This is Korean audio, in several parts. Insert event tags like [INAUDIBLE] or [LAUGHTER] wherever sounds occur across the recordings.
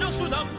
반짝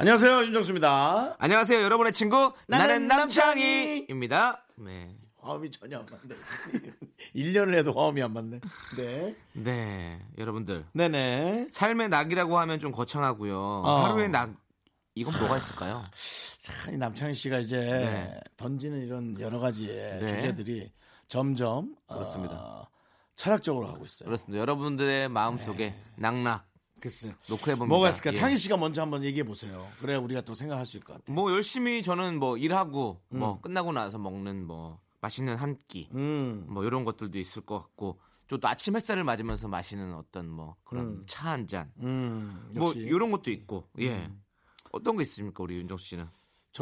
안녕하세요 윤정수입니다. 안녕하세요, 여러분의 친구 나는 나는 남창희. 남창희입니다. 네, 화음이 전혀 안 맞네. [LAUGHS] 1년을 해도 화음이 안 맞네. 네. 네, 여러분들 네네. 삶의 낙이라고 하면 좀 거창하고요. 어. 하루의 낙 이건 뭐가 있을까요? 참, 이 남창희 씨가 이제 네. 던지는 이런 여러 가지의 네. 주제들이 점점 어, 그렇습니다. 철학적으로 하고 있어요. 그렇습니다. 여러분들의 마음 속에 낙낙 글쎄. 녹화해 네. 봅니다. 예. 뭐가 있을까? 창희 씨가 먼저 한번 얘기해 보세요. 그래야 우리가 또 생각할 수 있을 것 같아요. 뭐 열심히 저는 뭐 일하고 뭐 끝나고 나서 먹는 뭐 맛있는 한 끼 뭐 음. 이런 것들도 있을 것 같고 또 아침 햇살을 맞으면서 마시는 어떤 뭐 그런 차 한 잔. 음. 뭐 역시. 음. 이런 것도 있고 예 어떤 게 있습니까 우리 윤정 씨는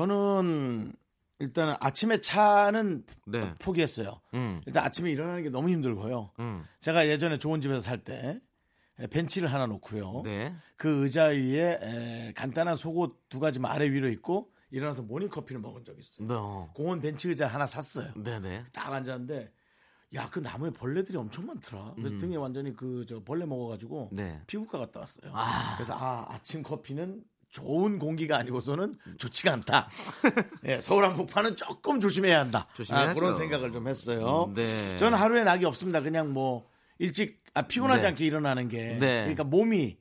저는 일단 아침에 차는 네. 포기했어요. 음. 일단 아침에 일어나는 게 너무 힘들고요. 음. 제가 예전에 좋은 집에서 살 때 벤치를 하나 놓고요. 네. 그 의자 위에 에, 간단한 속옷 두 가지 아래 위로 있고 일어나서 모닝 커피를 먹은 적이 있어요. 네. 공원 벤치 의자 하나 샀어요. 네네. 딱 앉았는데 야 그 나무에 벌레들이 엄청 많더라. 그래서 등에 완전히 그 저 벌레 먹어가지고 음. 네. 피부과 갔다 왔어요. 아. 그래서 아 아침 커피는 좋은 공기가 아니고서는 좋지가 [LAUGHS] 않다. 예, 서울 한복판은 조금 조심해야 한다. 조심해야죠. 아, 그런 생각을 좀 했어요. 음, 네. 저는 하루에 낙이 없습니다. 그냥 뭐 일찍 아, 피곤하지 네. 않게 일어나는 게 네. 그러니까 몸이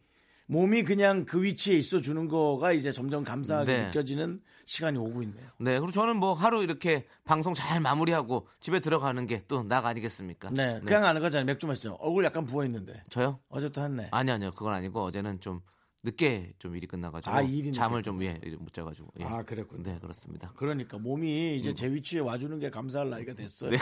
몸이 그냥 그 위치에 있어 주는 거가 이제 점점 감사하게 네. 느껴지는 시간이 오고 있네요. 네. 그리고 저는 뭐 하루 이렇게 방송 잘 마무리하고 집에 들어가는 게 또 낙 아니겠습니까? 네, 그냥 안 가잖아요. 맥주 마시죠. 얼굴 약간 부어 있는데 저요? 어제도 했네. 아니 아니요. 그건 아니고 어제는 좀 늦게 좀 일이 끝나가지고 아, 일이 잠을 늦게 좀 예, 못 자가지고 예. 아, 그랬군요. 네 그렇습니다. 그러니까 몸이 이제 제 위치에 와주는 게 감사할 나이가 됐어요. 음. 네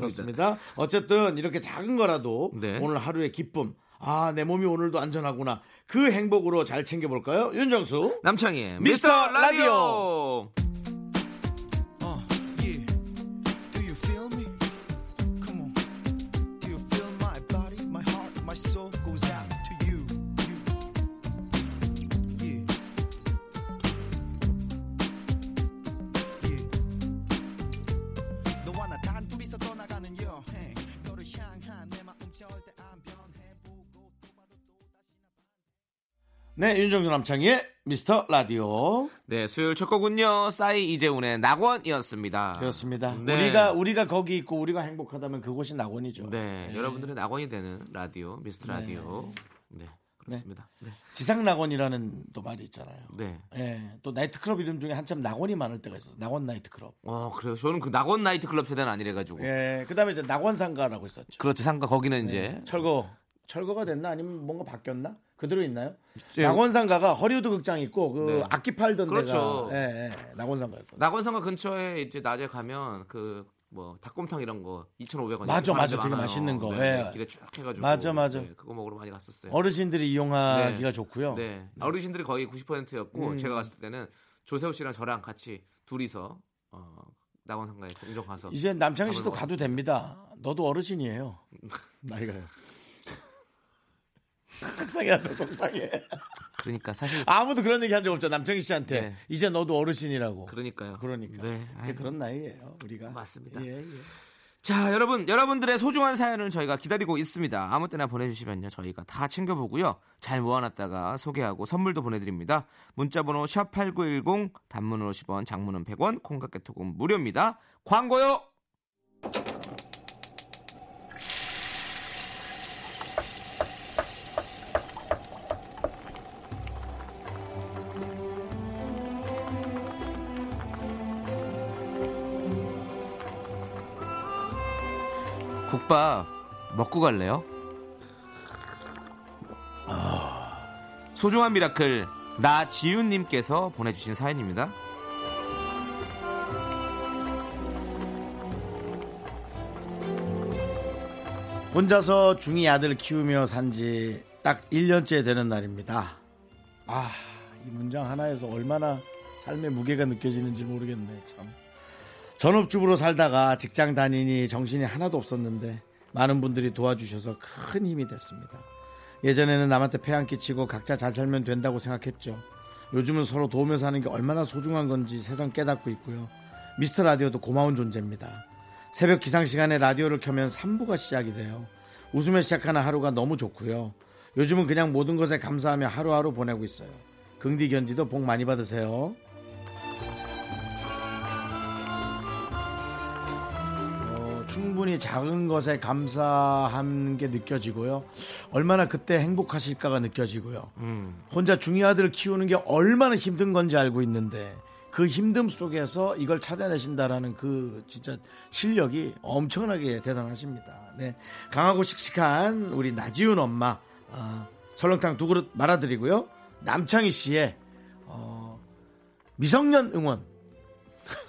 [LAUGHS] 그렇습니다. 어쨌든 이렇게 작은 거라도 네. 오늘 하루의 기쁨, 아, 내 몸이 오늘도 안전하구나. 그 행복으로 잘 챙겨볼까요? 윤정수. [LAUGHS] 남창희 미스터 미스터 라디오. 라디오. 네, 윤정수 남창희의 미스터 라디오. 네 수요일 첫 곡은요 싸이 이재훈의 낙원이었습니다. 그렇습니다. 네. 우리가, 우리가 거기 있고 우리가 행복하다면 그곳이 낙원이죠. 예. 네, 여러분들의 낙원이 되는 라디오 미스터 라디오. 네 그렇습니다. 네. 지상 낙원이라는 또 말이 있잖아요. 네. 예, 또 나이트클럽 이름 중에 한참 낙원이 많을 때가 있어요. 낙원 나이트클럽. 어 그래요. 저는 그 낙원 나이트클럽 세대는 아니래가지고. 예, 그 다음에 이제 낙원상가라고 있었죠. 그렇지 상가 거기는 이제 철거 철거가 됐나 아니면 뭔가 바뀌었나 그대로 있나요? 예. 낙원상가가 허리우드 극장 있고 그 네. 악기 팔던 그렇죠. 데가 예, 예, 낙원상가였거든요. 낙원상가 근처에 이제 낮에 가면 그 뭐 닭곰탕 이런 거 2,500원 맞아, 맞아. 되게 맛있는 거. 네, 예. 길에 쭉 해가지고 맞아, 맞아. 네, 그거 먹으러 많이 갔었어요. 어르신들이 이용하기가 네. 좋고요. 네. 어르신들이 거의 음. 90%였고 제가 갔을 때는 조세호 씨랑 저랑 같이 둘이서 어, 낙원상가에 종종 가서 이제 남창희 씨도 밥을 가도 됩니다. 너도 어르신이에요. [LAUGHS] 나이가요. [LAUGHS] 속상해한다 속상해. 그러니까 사실 아무도 그런 얘기 한 적 없죠 남창희 씨한테. 네. 이제 너도 어르신이라고. 그러니까요. 그러니까. 네. 이제 아이고. 그런 나이예요 우리가. 맞습니다. 예, 예. 자, 여러분, 여러분들의 소중한 사연을 저희가 기다리고 있습니다. 아무 때나 보내주시면요, 저희가 다 챙겨보고요. 잘 모아놨다가 소개하고 선물도 보내드립니다. 문자번호 샵8910, 단문은 50원, 장문은 100원, 콩깍개톡은 무료입니다. 광고요! 국밥 먹고 갈래요? 소중한 미라클 나지윤님께서 보내주신 사연입니다. 혼자서 중2 아들 키우며 산지 딱 1년째 되는 날입니다. 아, 이 문장 하나에서 얼마나 삶의 무게가 느껴지는지 모르겠네 참. 전업주부로 살다가 직장 다니니 정신이 하나도 없었는데 많은 분들이 도와주셔서 큰 힘이 됐습니다. 예전에는 남한테 폐 안 끼치고 각자 잘 살면 된다고 생각했죠. 요즘은 서로 도우며 사는 게 얼마나 소중한 건지 세상 깨닫고 있고요. 미스터 라디오도 고마운 존재입니다. 새벽 기상 시간에 라디오를 켜면 3부가 시작이 돼요. 웃으며 시작하는 하루가 너무 좋고요. 요즘은 그냥 모든 것에 감사하며 하루하루 보내고 있어요. 긍디 견디도 복 많이 받으세요. 어, 충분히 작은 것에 감사한 게 느껴지고요. 얼마나 그때 행복하실까가 느껴지고요. 혼자 중이아들을 키우는 게 얼마나 힘든 건지 알고 있는데 그 힘듦 속에서 이걸 찾아내신다라는 그 진짜 실력이 엄청나게 대단하십니다. 네. 강하고 씩씩한 우리 나지훈 엄마 아, 설렁탕 두 그릇 말아드리고요. 남창희 씨의 어, 미성년 응원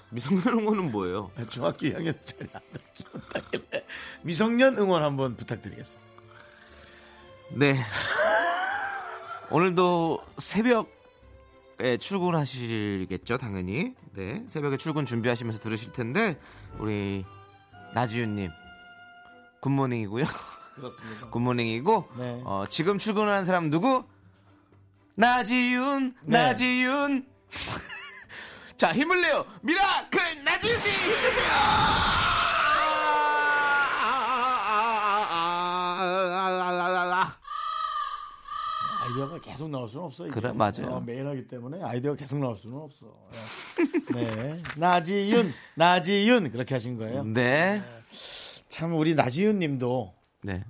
미성년 응원은 뭐예요? 아, 중학교 2학년짜리 아들 [LAUGHS] 키운다길래 네. 미성년 응원 한번 부탁드리겠습니다. 네. 오늘도 새벽에 출근하시겠죠, 당연히. 네. 새벽에 출근 준비하시면서 들으실 텐데, 우리 나지윤님, 굿모닝이고요. 그렇습니다. [LAUGHS] 굿모닝이고, 네. 어, 지금 출근하는 사람 누구? 나지윤, 네. 나지윤. [LAUGHS] 자, 힘을 내요. 미라클 나지윤님 힘내세요! 아, 아. 아이디어가 계속 나올 수는 없어요. 이게. 그래, 맞아요. 어, 매일 하기 때문에 아이디어가 계속 나올 수는 없어. 예. 네. [LAUGHS] 나지윤, 나지윤 그렇게 하신 거예요. 네. 참 우리 나지윤 님도 네.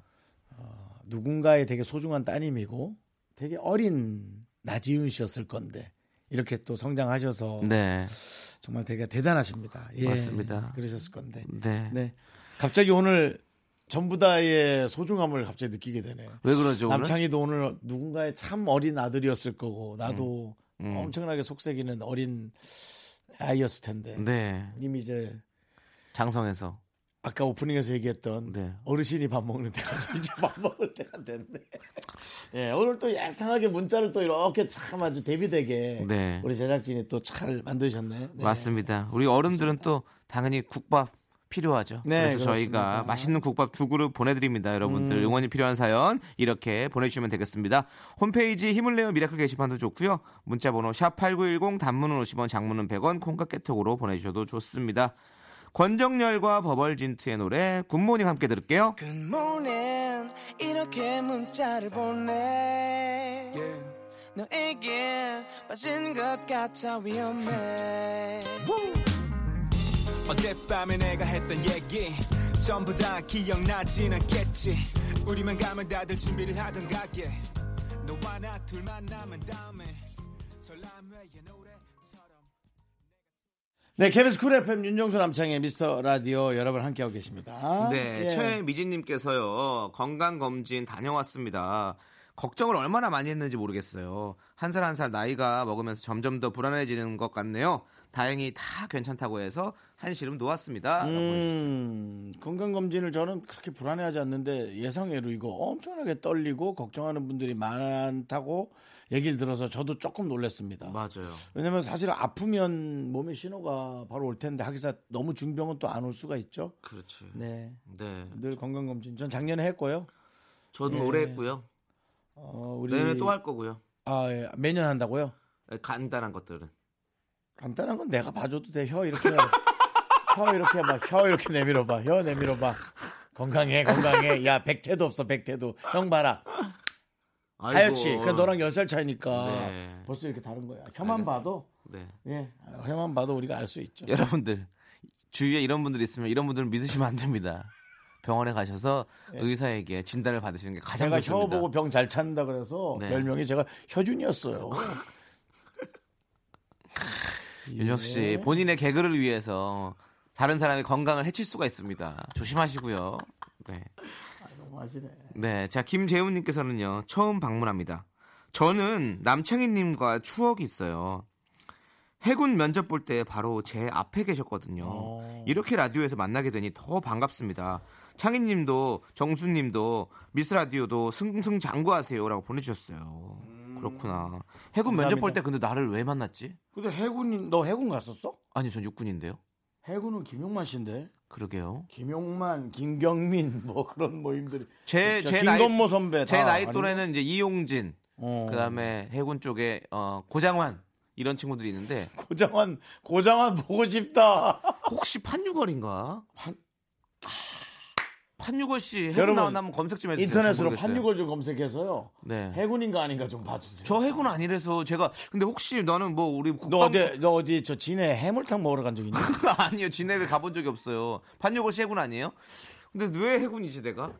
누군가의 되게 소중한 따님이고 되게 어린 나지윤 씨였을 건데 이렇게 또 성장하셔서 네. 정말 되게 대단하십니다. 예. 맞습니다. 그러셨을 건데. 네. 네. 갑자기 오늘 전부 다의 소중함을 갑자기 느끼게 되네요. 왜 그러죠? 오늘? 남창희도 오늘 누군가의 참 어린 아들이었을 거고 나도 음. 엄청나게 속색이는 어린 아이였을 텐데 네. 이미 이제 장성에서. 아까 오프닝에서 얘기했던 네. 어르신이 밥 먹는 데 가서 이제 밥 먹을 때가 됐네. 예, 오늘 또 야상하게 문자를 또 이렇게 참 아주 대비되게 네. 우리 제작진이 또 잘 만드셨네. 네. 맞습니다. 우리 어른들은 또 당연히 국밥 필요하죠. 네, 음. 그래서 그렇습니다. 저희가 맛있는 국밥 두 그릇 보내드립니다. 여러분들 응원이 필요한 사연 이렇게 보내주시면 되겠습니다. 홈페이지 힘을 내요 미라클 게시판도 좋고요. 문자번호 샵 #8910 단문은 50원, 장문은 100원, 콩과 깨톡으로 보내주셔도 좋습니다. 권정열과 버벌진트의 노래 굿모닝 함께 들을게요. 굿모닝 이렇게 문자를 보내 너에게 빠진 것 같아 위험해 어젯밤에 내가 했던 얘기 전부 다 기억나진 않겠지 우리만 가면 다들 준비를 하던 가게 너와 나 둘만 남은 다음에 전람회의 노래처럼 네, KBS 쿨 FM 윤정수 남창의 미스터 라디오 여러분 함께하고 계십니다. 네, 예. 최미진님께서요 건강 검진 다녀왔습니다. 걱정을 얼마나 많이 했는지 모르겠어요. 한 살 한 살 나이가 먹으면서 점점 더 불안해지는 것 같네요. 다행히 다 괜찮다고 해서 한시름 놓았습니다. 라고 해주셨어요. 음, 건강 검진을 저는 그렇게 불안해하지 않는데 예상외로 이거 엄청나게 떨리고 걱정하는 분들이 많다고 얘기를 들어서 저도 조금 놀랐습니다. 맞아요. 왜냐면 사실 아프면 몸에 신호가 바로 올 텐데 하기사 너무 중병은 또 안 올 수가 있죠. 그렇지. 네. 네, 늘 건강 검진. 전 작년에 했고요. 저는 네. 오래 했고요. 어, 우리 내년에 또 할 거고요. 아, 아, 예. 매년 한다고요? 간단한 것들은. 간단한 건 내가 봐줘도 돼. 혀 이렇게 [LAUGHS] 혀 이렇게 막혀 이렇게 내밀어 봐. 혀 내밀어 봐. 건강해 건강해. 야 백태도 없어 백태도. 형 봐라. 하엽 씨. 그 너랑 10살 차이니까 어. 네. 벌써 이렇게 다른 거야. 혀만 알겠어요. 봐도 네. 예. 혀만 봐도 우리가 알 수 있죠. 예, 여러분들 주위에 이런 분들이 있으면 이런 분들은 믿으시면 안 됩니다. 병원에 가셔서 의사에게 진단을 받으시는 게 가장 예. 제가 혀 좋습니다. 보고 병 잘 찾는다 그래서 네. 별명이 제가 혀준이었어요. [LAUGHS] 윤정수 씨 예. 본인의 개그를 위해서 다른 사람의 건강을 해칠 수가 있습니다. 조심하시고요. 네. 너무하시네. 네. 자, 김재훈님께서는요, 처음 방문합니다. 저는 남창희님과 추억이 있어요. 해군 면접 볼 때 바로 제 앞에 계셨거든요. 어. 이렇게 라디오에서 만나게 되니 더 반갑습니다. 창희님도 정수님도 미스 라디오도 승승장구하세요라고 보내주셨어요. 그렇구나. 해군 면접 볼 때 근데 나를 왜 만났지? 근데 해군 너 해군 갔었어? 아니 전 육군인데요. 해군은 김용만 씨인데. 그러게요. 김용만, 김경민 뭐 그런 모임들이. 제, 진짜 제 나이, 김건모 선배 제 다 나이 아니에요? 또래는 이제 이용진, 어. 그 다음에 해군 쪽에 어, 고장환 이런 친구들이 있는데 고장환 고장환 보고 싶다. 혹시 판유걸인가? 아, 판- 판유걸 씨 해군 여러분, 나오면 검색 좀 해주세요. 인터넷으로 잘 모르겠어요. 판유걸 좀 검색해서요. 네. 해군인가 아닌가 좀 봐주세요. 저 해군 아니라서 제가 근데 혹시 나는 뭐 우리 국방 너 어디 너 어디 저 진해 해물탕 먹으러 간 적 있니? [LAUGHS] [LAUGHS] 아니요 진해를 가본 적이 없어요. 판유걸 씨 해군 아니에요? 근데 왜 해군이지 내가?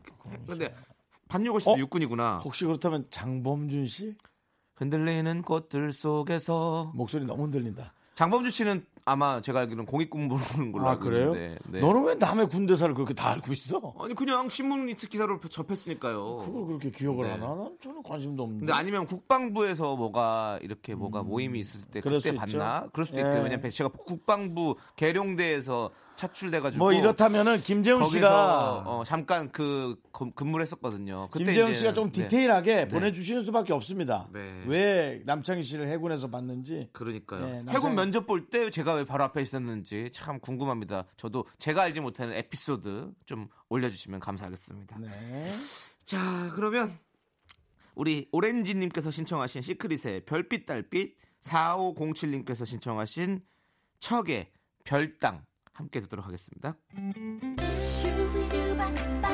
근데 판유걸 씨도 어? 육군이구나. 혹시 그렇다면 장범준 씨 흔들리는 꽃들 속에서 목소리 너무 흔들린다. 장범준 씨는 아마 제가 알기로는 공익군부는 걸로 아 알고 그래요? 있는데 네. 너는 왜 남의 군대사를 그렇게 다 알고 있어? 아니 그냥 신문 니트 기사로 접했으니까요. 어, 그걸 그렇게 기억을 네. 안 하나? 난 저는 관심도 없는데. 근데 아니면 국방부에서 뭐가 이렇게 뭐가 모임이 있을 때 음, 그럴 그때 수 봤나? 있죠. 그럴 수도 예. 있대요. 왜냐면 제가 국방부 계룡대에서 차출돼가지고 뭐 이렇다면은 김재훈 거기서 씨가 어, 잠깐 그 검- 근무를 했었거든요. 그때 김재훈 이제- 씨가 좀 네. 디테일하게 보내주시는 수밖에 없습니다. 네. 왜 남창희 씨를 해군에서 봤는지 그러니까요. 네, 남자- 해군 면접 볼 때 제가 왜 바로 앞에 있었는지 참 궁금합니다. 저도 제가 알지 못하는 에피소드 좀 올려주시면 감사하겠습니다. 네. 자, 그러면 우리 오렌지님께서 신청하신 시크릿의 별빛 달빛 4507님께서 신청하신 척의 별당 함께 듣도록 하겠습니다. 슈비두바바바바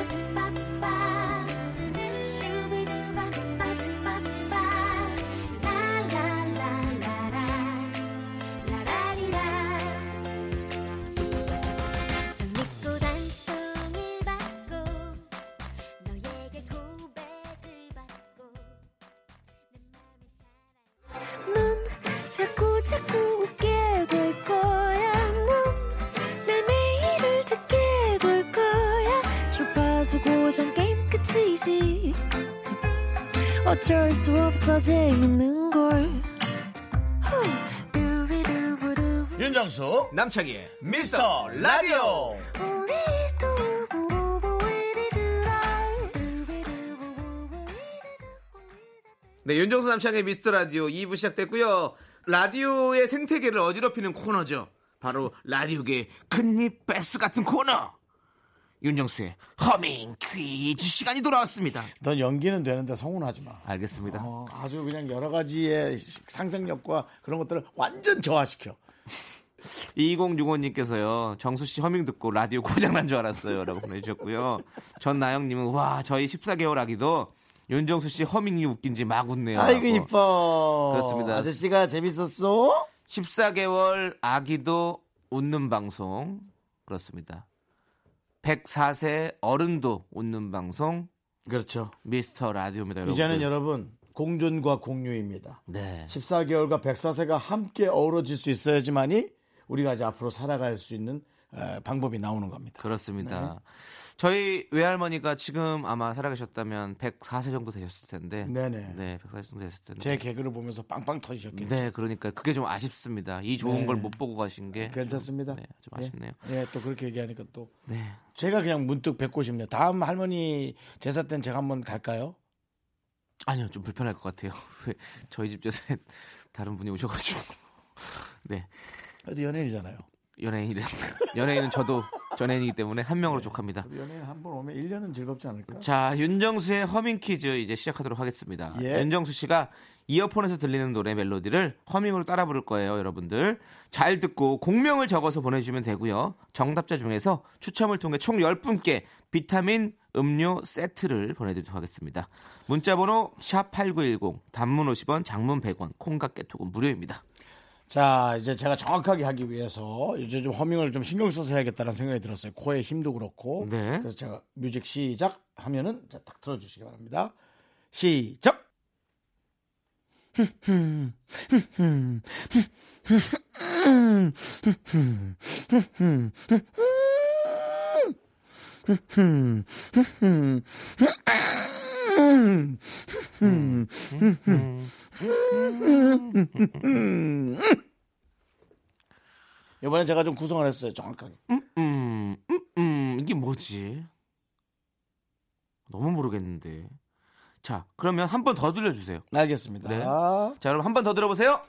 슈비두바바바바 라라라라라 라라리라 돈 믿고 단송을 받고 너에게 고백을 받고 내 맘이 넌 자꾸 자꾸 웃게 될 거야. 넌내 매일을 듣게 될 거야. 주파수 고정 게임 끝이지. 어쩔 수 없어 재밌는 걸. 후. 두비두부두. 윤정수 남창희의 미스터 라디오 우리 두부부부 우리 두라. 두비두부부부 우리 두라. 네, 윤정수 남창의 미스터 라디오 2부 시작됐고요. 라디오의 생태계를 어지럽히는 코너죠. 바로 라디오계 큰잎 베스 같은 코너. 윤정수의 허밍 퀴즈 시간이 돌아왔습니다. 넌 연기는 되는데 성운하지 마. 알겠습니다. 어, 아주 그냥 여러 가지의 상상력과 그런 것들을 완전 저하시켜. 2065님께서요, 정수 씨 허밍 듣고 라디오 고장난 줄 알았어요. 라고 보내주셨고요. 전나영님은, 와, 저희 14개월 아기도 윤정수 씨 허밍이 웃긴지 막 웃네요. 아이고 라고. 이뻐. 그렇습니다. 아저씨가 재밌었어? 14개월 아기도 웃는 방송. 그렇습니다. 104세 어른도 웃는 방송. 그렇죠. 미스터 라디오입니다, 여러분. 이제는 여러분 공존과 공유입니다. 네. 14개월과 104세가 함께 어우러질 수 있어야지만이 우리가 이제 앞으로 살아갈 수 있는 에, 방법이 나오는 겁니다. 그렇습니다. 네. 저희 외할머니가 지금 아마 살아계셨다면 104세 정도 되셨을 텐데. 네네. 네, 104세 정도 되셨을 텐데. 제 개그를 보면서 빵빵 터지셨겠죠. 네, 그러니까 그게 좀 아쉽습니다. 이 좋은 네. 걸 못 보고 가신 게 괜찮습니다. 좀, 네, 좀 아쉽네요. 예, 예, 또 그렇게 얘기하니까 또 네. 제가 그냥 문득 뵙고 싶네요. 다음 할머니 제사 때는 제가 한번 갈까요? 아니요, 좀 불편할 것 같아요. [LAUGHS] 왜 저희 집 제사에 다른 분이 오셔가지고. [LAUGHS] 네, 어디 연예인이잖아요. 연예인은 [LAUGHS] 연예인은 저도 전예인이기 때문에 한 네. 명으로 족합니다. 연예인 한 번 오면 1년은 즐겁지 않을까? 자, 윤정수의 허밍 퀴즈 이제 시작하도록 하겠습니다. 예. 윤정수 씨가 이어폰에서 들리는 노래 멜로디를 허밍으로 따라 부를 거예요, 여러분들. 잘 듣고 공명을 적어서 보내주시면 되고요. 정답자 중에서 추첨을 통해 총 10분께 비타민 음료 세트를 보내드리도록 하겠습니다. 문자번호 샵8910, 단문 50원, 장문 100원, 콩과 깨톡은 무료입니다. 자, 이제 제가 정확하게 하기 위해서 이제 좀 허밍을 좀 신경 써서 해야겠다는 생각이 들었어요. 코에 힘도 그렇고. 네. 그래서 제가 뮤직 시작 하면은 자, 딱 틀어 주시기 바랍니다. 시작. 이번에 제가 좀 구성을 했어요. 정확하게. 음, 음, 음, 이게 뭐지? 너무 모르겠는데. 자, 그러면 한 번 더 들려주세요. 알겠습니다. 네. 자, 여러분 한 번 더 들어보세요.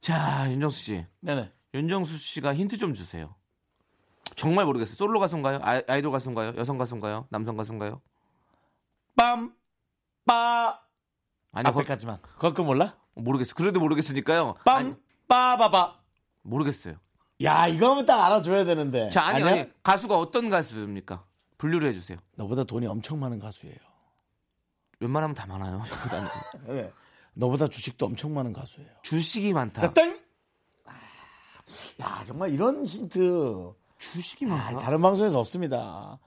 자, 윤정수 씨. 네네. 윤정수 씨가 힌트 좀 주세요. 정말 모르겠어요. 솔로 가수인가요? 아, 아이돌 가수인가요? 여성 가수인가요? 남성 가수인가요? 빰, 빠, 아니, 거, 앞에까지만. 그거 몰라? 모르겠어요. 그래도 모르겠으니까요. 아니, 빰, 빠바바. 모르겠어요. 야, 이거면 딱 알아줘야 되는데. 자, 아니, 네. 아니야? 아니, 가수가 어떤 가수입니까? 분류를 해주세요. 너보다 돈이 엄청 많은 가수예요. 웬만하면 다 많아요. [LAUGHS] 저보다는. 네. 너보다 주식도 엄청 많은 가수예요. 주식이 많다. 자, 땡! 아, 야, 정말 이런 힌트. 주식이 아, 많다. 다른 방송에서 없습니다.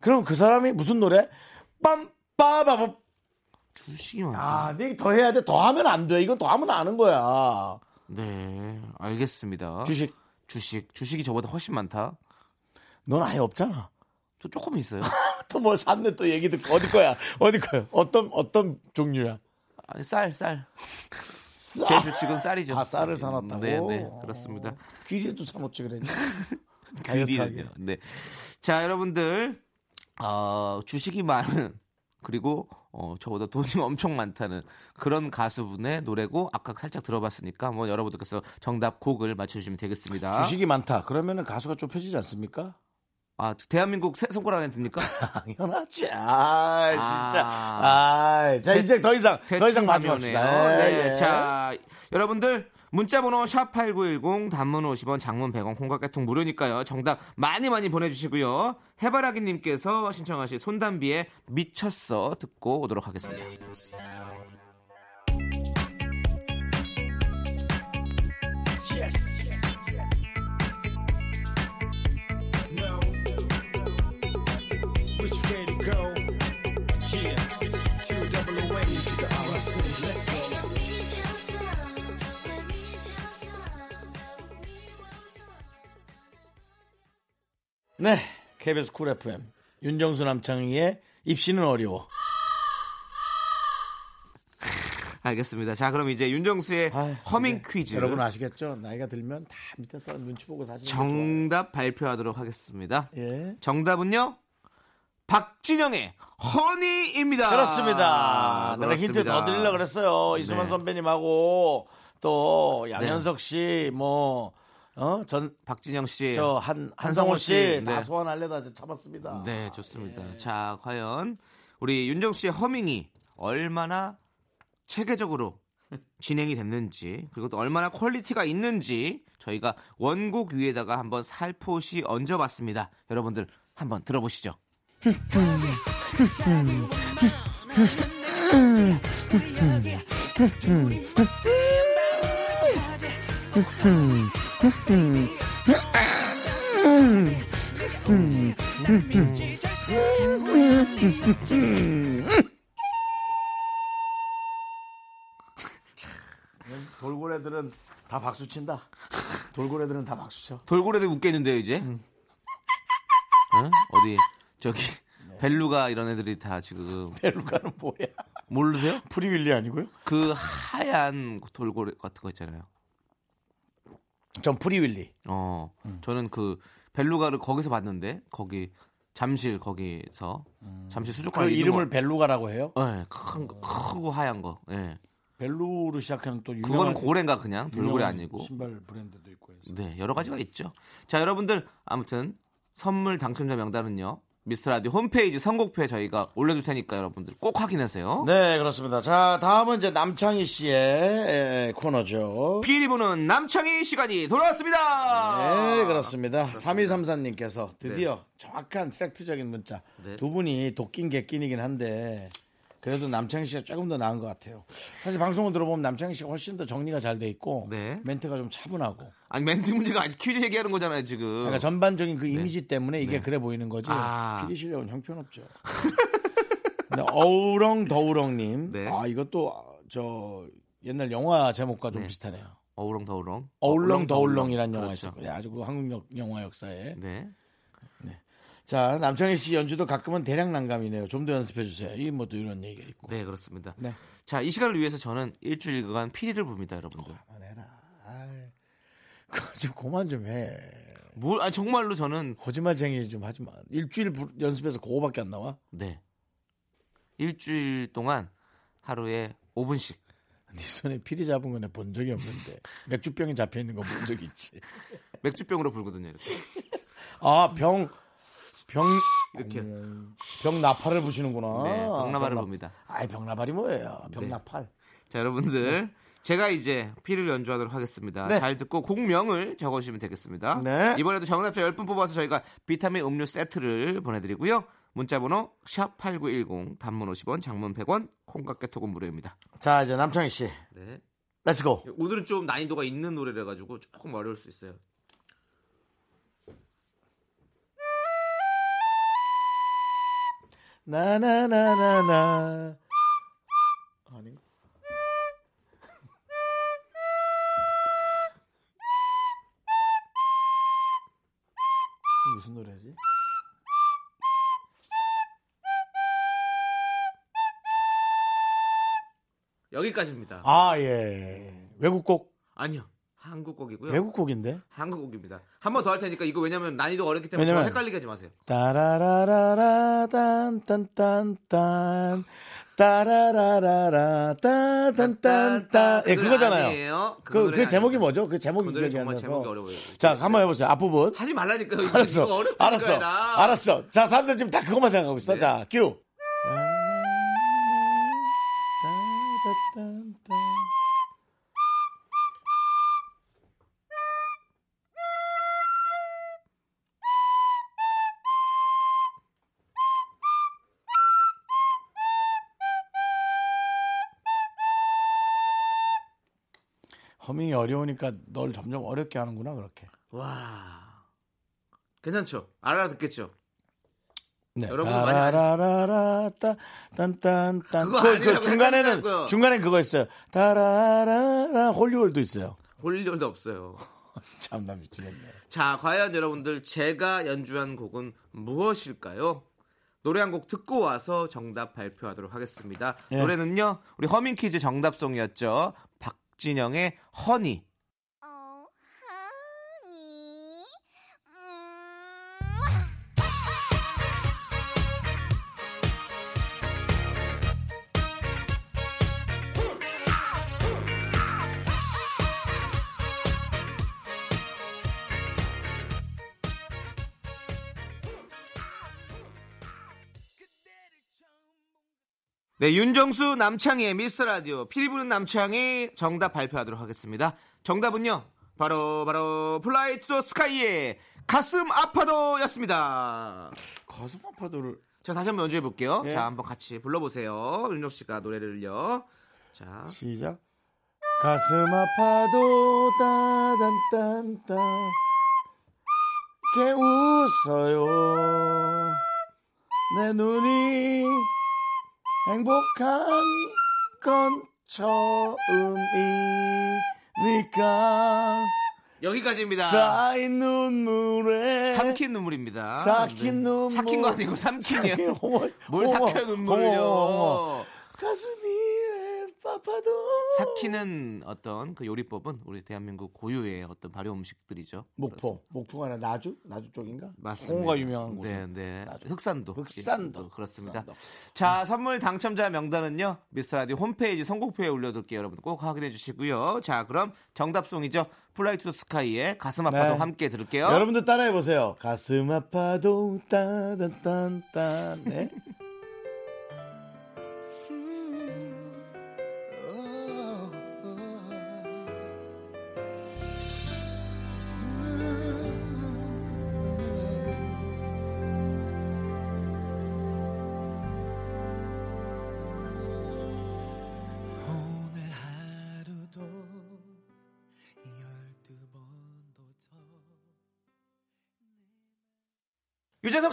그럼 그 사람이 무슨 노래? 빰, 빠바바. 주식이 많다. 아, 근데 더 해야 돼. 더 하면 안 돼. 이건 더 하면 아는 거야. 네, 알겠습니다. 주식. 주식, 주식이 저보다 훨씬 많다. 넌 아예 없잖아. [LAUGHS] 저 조금 있어요. 또 뭘 샀네 또 얘기 듣고 어디 거야 어디 거야 어떤 어떤 종류야 아니, 쌀, 쌀. 쌀. 제 주식은 쌀이죠. 아, 쌀을 사놨다고? 네, 네, 그렇습니다. [LAUGHS] 귀리에도 사놓지 그랬냐 다이어트하게. 귀리는요. 네. 자, 여러분들 어, 주식이 많은 그리고 어, 저보다 돈이 [LAUGHS] 엄청 많다는 그런 가수분의 노래고 아까 살짝 들어봤으니까 뭐 여러분들께서 정답 곡을 맞춰주시면 되겠습니다. 주식이 많다 그러면은 가수가 좁혀지지 [LAUGHS] 않습니까 아 대한민국 세, 손가락 [LAUGHS] 안에 듭니까? 당연하지 아 진짜 아. 아자 이제 더 이상 더 이상 마주 합시다 가면이네요. 예, 네. 예. 자, 여러분들 문자번호 샵 #8910 단문 50원, 장문 100원, 콩깍개통 무료니까요. 정답 많이 많이 보내주시고요. 해바라기님께서 신청하신 손담비의 미쳤어 듣고 오도록 하겠습니다. No. Which way to go? Yeah. To double away to the RC. Let's go. 네 KBS 쿨 FM 윤정수 남창희의 입시는 어려워 알겠습니다. 자, 그럼 이제 윤정수의 아유, 허밍 이제 퀴즈 여러분 아시겠죠 나이가 들면 다 밑에 사람 눈치 보고 사시는 정... 정답 발표하도록 하겠습니다. 예 정답은요. 박진영의 허니입니다. 아, 그렇습니다. 내가 힌트 그렇습니다. 더 드리려고 그랬어요. 이수만 네. 선배님하고 또 양현석 씨, 뭐, 어, 전, 박진영 씨. 저, 한, 예. 한성호 씨, 네. 다 소환하려다 참았습니다. 네, 좋습니다. 예. 자, 과연 우리 윤정 씨의 허밍이 얼마나 체계적으로 [LAUGHS] 진행이 됐는지 그리고 또 얼마나 퀄리티가 있는지 저희가 원곡 위에다가 한번 살포시 얹어봤습니다. 여러분들 한번 들어보시죠. 돌고래들은 다 박수 친다. [LAUGHS] 돌고래들은 다 박수 쳐. 돌고래도 웃겠는데요, 이제. 음. 어? 어디 저기 네. 벨루가 이런 애들이 다 지금 벨루가는 뭐야? 모르세요? 프리윌리 아니고요? 그 하얀 돌고래 같은 거 있잖아요. 전 프리윌리. 어, 음. 저는 그 벨루가를 거기서 봤는데 거기 잠실 거기서 잠실 수족관 그 이름 이름을 뭐- 벨루가라고 해요? 예, 큰 거, 크고 하얀 거. 예. 벨루로 시작하는 또 그거는 유명한 고래인가 그냥 돌고래 유명한 아니고. 신발 브랜드도 있고 해서. 네, 여러 가지가 있죠. 자, 여러분들 아무튼 선물 당첨자 명단은요. 미스터 라디오 홈페이지 선곡표에 저희가 올려둘 테니까 여러분들 꼭 확인하세요. 네, 그렇습니다. 자, 다음은 이제 남창희 씨의 에, 코너죠. 피리 보는 남창희 시간이 돌아왔습니다. 네, 그렇습니다. 3234님께서 드디어 정확한 팩트적인 문자. 네. 두 분이 도끼인 개끼이긴 한데 그래도 남창희 씨가 조금 더 나은 것 같아요. 사실 방송을 들어보면 남창희 씨가 훨씬 더 정리가 잘 돼 있고 네. 어. 멘트가 좀 차분하고 아니 멘트 문제가 아직 퀴즈 얘기하는 거잖아요 지금. 그러니까 전반적인 그 이미지 때문에 이게 그래 보이는 거지. 네. 아. 피디 실력은 [LAUGHS] 형편없죠. 근데 어우렁 더우렁님. 네. 아 이것도 저 옛날 영화 제목과 좀 비슷하네요. 어우렁 더우렁. 어울렁 더울렁이란 영화 네, 그렇죠. 있었고 아주 그 한국 역- 영화 역사에 네. 자, 남창희 씨 연주도 가끔은 대량 난감이네요. 좀 더 연습해 주세요. 이 뭐 또 이런 얘기가 있고. 네 그렇습니다. 네. 자, 이 시간을 위해서 저는 일주일간 피리를 봅니다, 여러분들. 안 해라. 예. 아이, 그거 좀 그만 좀 해. 뭘? 아 정말로 저는 거짓말쟁이 좀 하지 마. 일주일 부- 연습해서 그거밖에 안 나와? 네 일주일 동안 하루에 5분씩 네 손에 피리 잡은 거내 본 적이 없는데 맥주병에 잡혀 있는 거 본 적 있지. 맥주병으로 불거든요. 이렇게. 아, 병, 병, 이렇게. 병 나팔을 부시는구나. 그 네, 병나발을 병나- 봅니다. 네. 아이, 병나발이 뭐예요? 병나팔. 자, 여러분들. 제가 이제 피를 연주하도록 하겠습니다. 네. 잘 듣고 곡명을 적어주시면 되겠습니다. 네. 이번에도 정답자 10분 뽑아서 저희가 비타민 음료 세트를 보내드리고요. 문자번호 샵8910 단문 50원 장문 100원 콩깍개톡은 무료입니다. 자, 이제 남창희 씨. 네. 렛츠고. 오늘은 좀 난이도가 있는 노래라 가지고 조금 어려울 수 있어요. 나나나나나. 아니. 무슨 노래지? 여기까지입니다. 아, 예. 외국곡. 아니요. 한국 곡이고요. 외국곡인데? 한국 곡입니다. 한 번 더 할 테니까 이거 왜냐면 난이도가 어렵기 때문에 왜냐면- 저 헷갈리게 하지 마세요. 따라라라라 딴딴딴딴 따라라라라 딴딴딴딴 예 그건 그거잖아요. 아니에요. 그 그, 노래는 그 제목이 아니에요. 뭐죠? 그 제목이 그 노래 기억이 안 정말 나서. 제목이 어려워요. 네. 자, 한번 해보세요. 앞부분. 하지 말라니까. [LAUGHS] 이거 알았어. 어렵다니까, 알았어. 얘들아. 알았어. 자, 사람들 지금 다 그것만 생각하고 있어. 네. 자, 큐. 허밍이 어려우니까 널 점점 어렵게 하는구나 그렇게. 와. 괜찮죠? 알아듣겠죠? 네. 여러분도 많이 안 따라라라따 딴딴딴. 그거 그, 그 아니라고 중간에는 헷갈린다고요. 중간에 그거 있어요. 따라라라 홀리월도 있어요. 홀리월도 없어요. 참나 미치겠네. 자, 과연 여러분들 제가 연주한 곡은 무엇일까요? 노래 한 곡 듣고 와서 정답 발표하도록 하겠습니다. 예. 노래는요, 우리 허밍키즈 정답송이었죠. 박진영의 허니. 어, 하니. 네, 윤정수 남창희의 미스 라디오 피리 부는 남창희 정답 발표하도록 하겠습니다. 정답은요. 바로 바로 플라이 투더 스카이의 가슴 아파도였습니다. 가슴 아파도를 자, 다시 한번 연주해 볼게요. 네. 자, 한번 같이 불러 보세요. 윤정 씨가 노래를요. 자, 시작. 가슴 아파도 따단딴따 게 웃어요. 내 눈이 행복한 건 처음이니까 여기까지입니다. 쌓인 눈물에 삼킨 눈물입니다. 삭힌 네. 눈물. 삭힌 거 아니고 삼킨이에요. [LAUGHS] 뭘 삭혀 눈물요? 가슴이 왜 아파도 삭히는 어떤 그 요리법은 우리 대한민국 고유의 어떤 발효 음식들이죠. 목포 목포가 아니라 나주 나주 쪽인가? 맞습니다. 홍어가 유명한 곳. 네, 네. 나죠. 흑산도. 흑산도. 예, 그렇습니다. 흑산도. 자, 선물 당첨자 명단은요. 미스터라디오 홈페이지 선곡표에 올려둘게요. 여러분 꼭 확인해 주시고요. 자, 그럼 정답송이죠. 플라이 투 스카이의 가슴 아파도 네. 함께 들을게요. 여러분들 따라해 보세요. 가슴 아파도 따단딴딴. 네. 오늘 하루도 열두 번도 더 유재석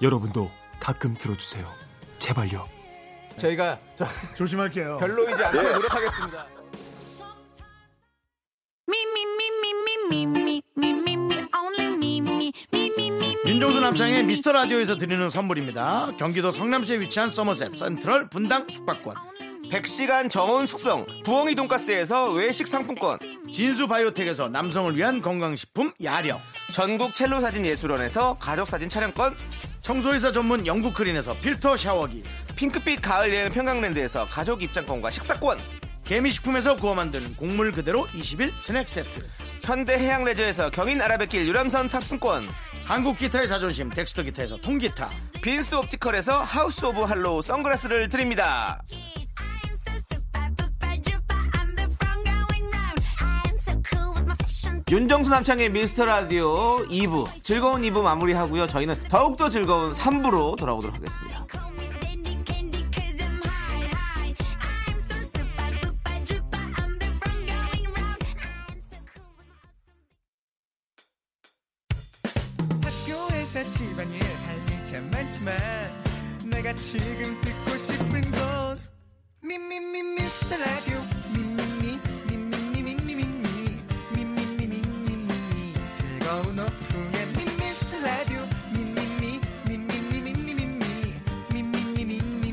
여러분도 가끔 들어주세요. 제발요. 저희가 저- 조심할게요. 별로이지 않게 노력하겠습니다. 윤종수 남창의 미스터 라디오에서 드리는 선물입니다. 경기도 성남시에 위치한 서머셋 센트럴 분당 숙박권, 100시간 정원 숙성 부엉이 돈가스에서 외식 상품권, 진수 바이오텍에서 남성을 위한 건강식품 야력, 전국 첼로 사진 예술원에서 가족 사진 촬영권, 청소회사 전문 영국 크린에서 필터 샤워기, 핑크빛 가을 여행 평강랜드에서 가족 입장권과 식사권, 개미식품에서 구워 만든 곡물 그대로 20일 스낵 세트, 현대 해양 레저에서 경인 아라뱃길 유람선 탑승권, 한국 기타의 자존심 덱스터 기타에서 통기타, 빈스 옵티컬에서 하우스 오브 할로우 선글라스를 드립니다. 윤정수 남창의 미스터 라디오 2부 즐거운 2부 마무리하고요. 저희는 더욱더 즐거운 3부로 돌아오도록 하겠습니다. 학교에서 집안일 할 일 참 많지만 내가 지금 듣고 싶은 건 미미미 미스터 라디오 미미미 미미미 미미미 미미미 미미미 즐거운 오후에 미스터 라디오 미미미 미미미 미미미 미미미 미미미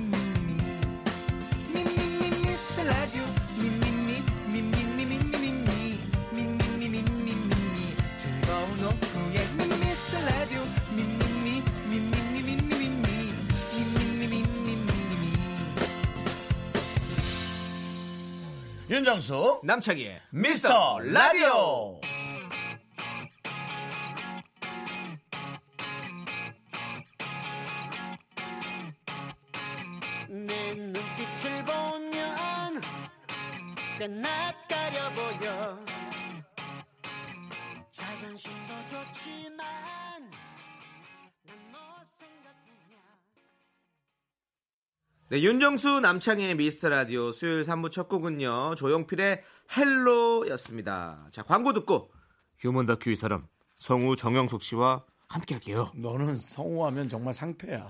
윤정수 남창희의 미스터 라디오. 내 눈빛을 보면 꽤 낯가려 보여 자존심도 좋지만 난 너 생각뿐이야 네, 윤정수 남창희의 미스터 라디오 수요일 3부 첫 곡은요. 조용필의 헬로였습니다. 자, 광고 듣고 휴먼 다큐 이 사람 성우 정영석 씨와 함께 할게요. 너는 성우하면 정말 상패야.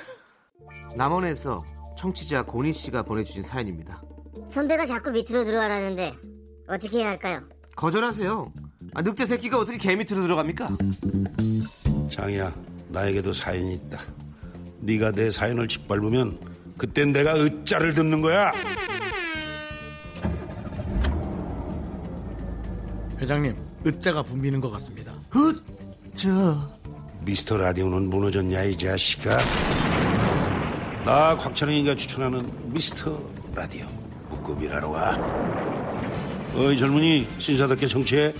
[LAUGHS] 남원에서 청취자 고니 씨가 보내주신 사연입니다. 선배가 자꾸 밑으로 들어와라는데 어떻게 해야 할까요? 거절하세요. 아, 늑대 새끼가 어떻게 개 밑으로 들어갑니까? 장이야 나에게도 사연이 있다 네가 내 사연을 짓밟으면 그땐 내가 으짜를 듣는 거야 회장님, 으짜가 붐비는 것 같습니다. 미스터 라디오는 무너졌냐 이 자식아 나 곽찬영이가 추천하는 미스터 라디오 묶음 일하러 가 어이 젊은이 신사답게 정치해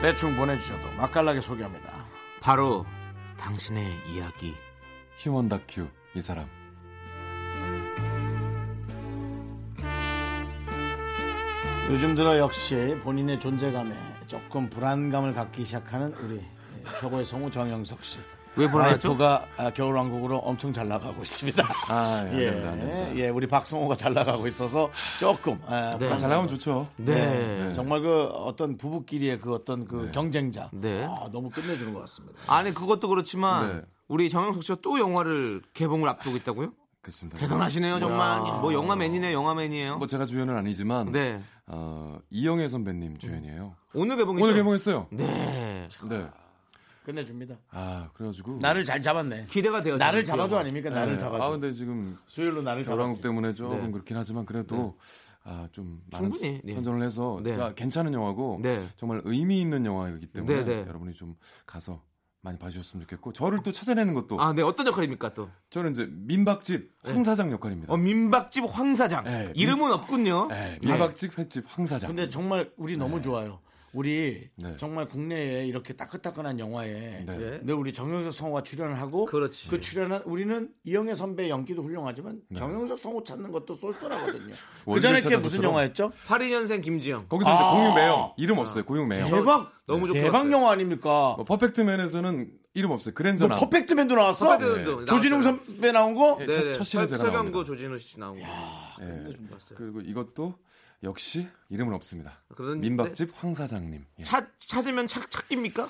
대충 보내주셔도 맛깔나게 소개합니다. 바로 당신의 이야기. 휴먼 다큐 이 사람. 요즘 들어 역시 본인의 존재감에 조금 불안감을 갖기 시작하는 우리 최고의 성우 정영석 씨. 왜 아, 불안하죠? 와이프가 아, 겨울왕국으로 엄청 잘 나가고 있습니다. 아, 안 예, 됩니다, 안 됩니다. 예, 우리 박성호가 잘 나가고 있어서 조금. 아, 불안감. 잘 나오면 좋죠. 네. 정말 그 어떤 부부끼리의 그 어떤 그 경쟁자. 네. 아, 너무 끝내주는 것 같습니다. 아니 그것도 그렇지만 네. 우리 정영석 씨가 또 영화를 개봉을 앞두고 있다고요? 그렇습니다. 대단하시네요 정말. 뭐 영화맨이네요 영화맨이에요. 뭐 제가 주연은 아니지만 네. 어, 이영애 선배님 주연이에요. 오늘 개봉이죠? 오늘 개봉했어요. 네. 네. 끝내줍니다. 아 그래가지고 나를 잘 잡았네. 기대가 돼요. 나를 저는. 잡아줘 아닙니까? 네. 나를 잡아줘. 아 근데 지금 수요일로 나를 결혼국 잡아줘. 때문에 조금 그렇긴 하지만 그래도 아, 좀 많은 충분히, 네. 선전을 해서 네. 자, 괜찮은 영화고 네. 정말 의미 있는 영화이기 때문에 네, 네. 여러분이 좀 가서 많이 봐주셨으면 좋겠고 저를 또 찾아내는 것도 아, 네 어떤 역할입니까 또? 저는 이제 민박집 황 사장 역할입니다. 어, 민박집 황 사장. 네. 이름은 없군요. 네, 민박집 횟집 황 사장. 근데 정말 우리 너무 좋아요. 우리 정말 국내에 이렇게 따끈따끈한 영화에 네. 예. 네. 늘 우리 정영석 성우가 출연을 하고 그 출연한 우리는 이영애 선배 연기도 훌륭하지만 정영석 성우 찾는 것도 쏠쏠하거든요. 그 전에 게 무슨 영화였죠? 82년생 김지영. 거기서 아. 이제 공유 매형 이름 아. 없어요. 공유 매형. 예. 대박 너무 좋게 네. 대박 봤어요. 영화 아닙니까? 뭐 퍼펙트맨에서는 이름 없어요. 너뭐 그랜저나. 퍼펙트맨도 나왔어? 퍼펙트맨도 네. 나왔어요. 조진웅 선배 나온 거? 예, 첫- 첫 시리즈가 나옵니다. 네, 설강구 조진우 씨 나온 거. 예. 그리고 이것도 역시 이름은 없습니다. 그런데- 민박집 황 사장님. 예. 찾 찾으면 찾 찾깁니까?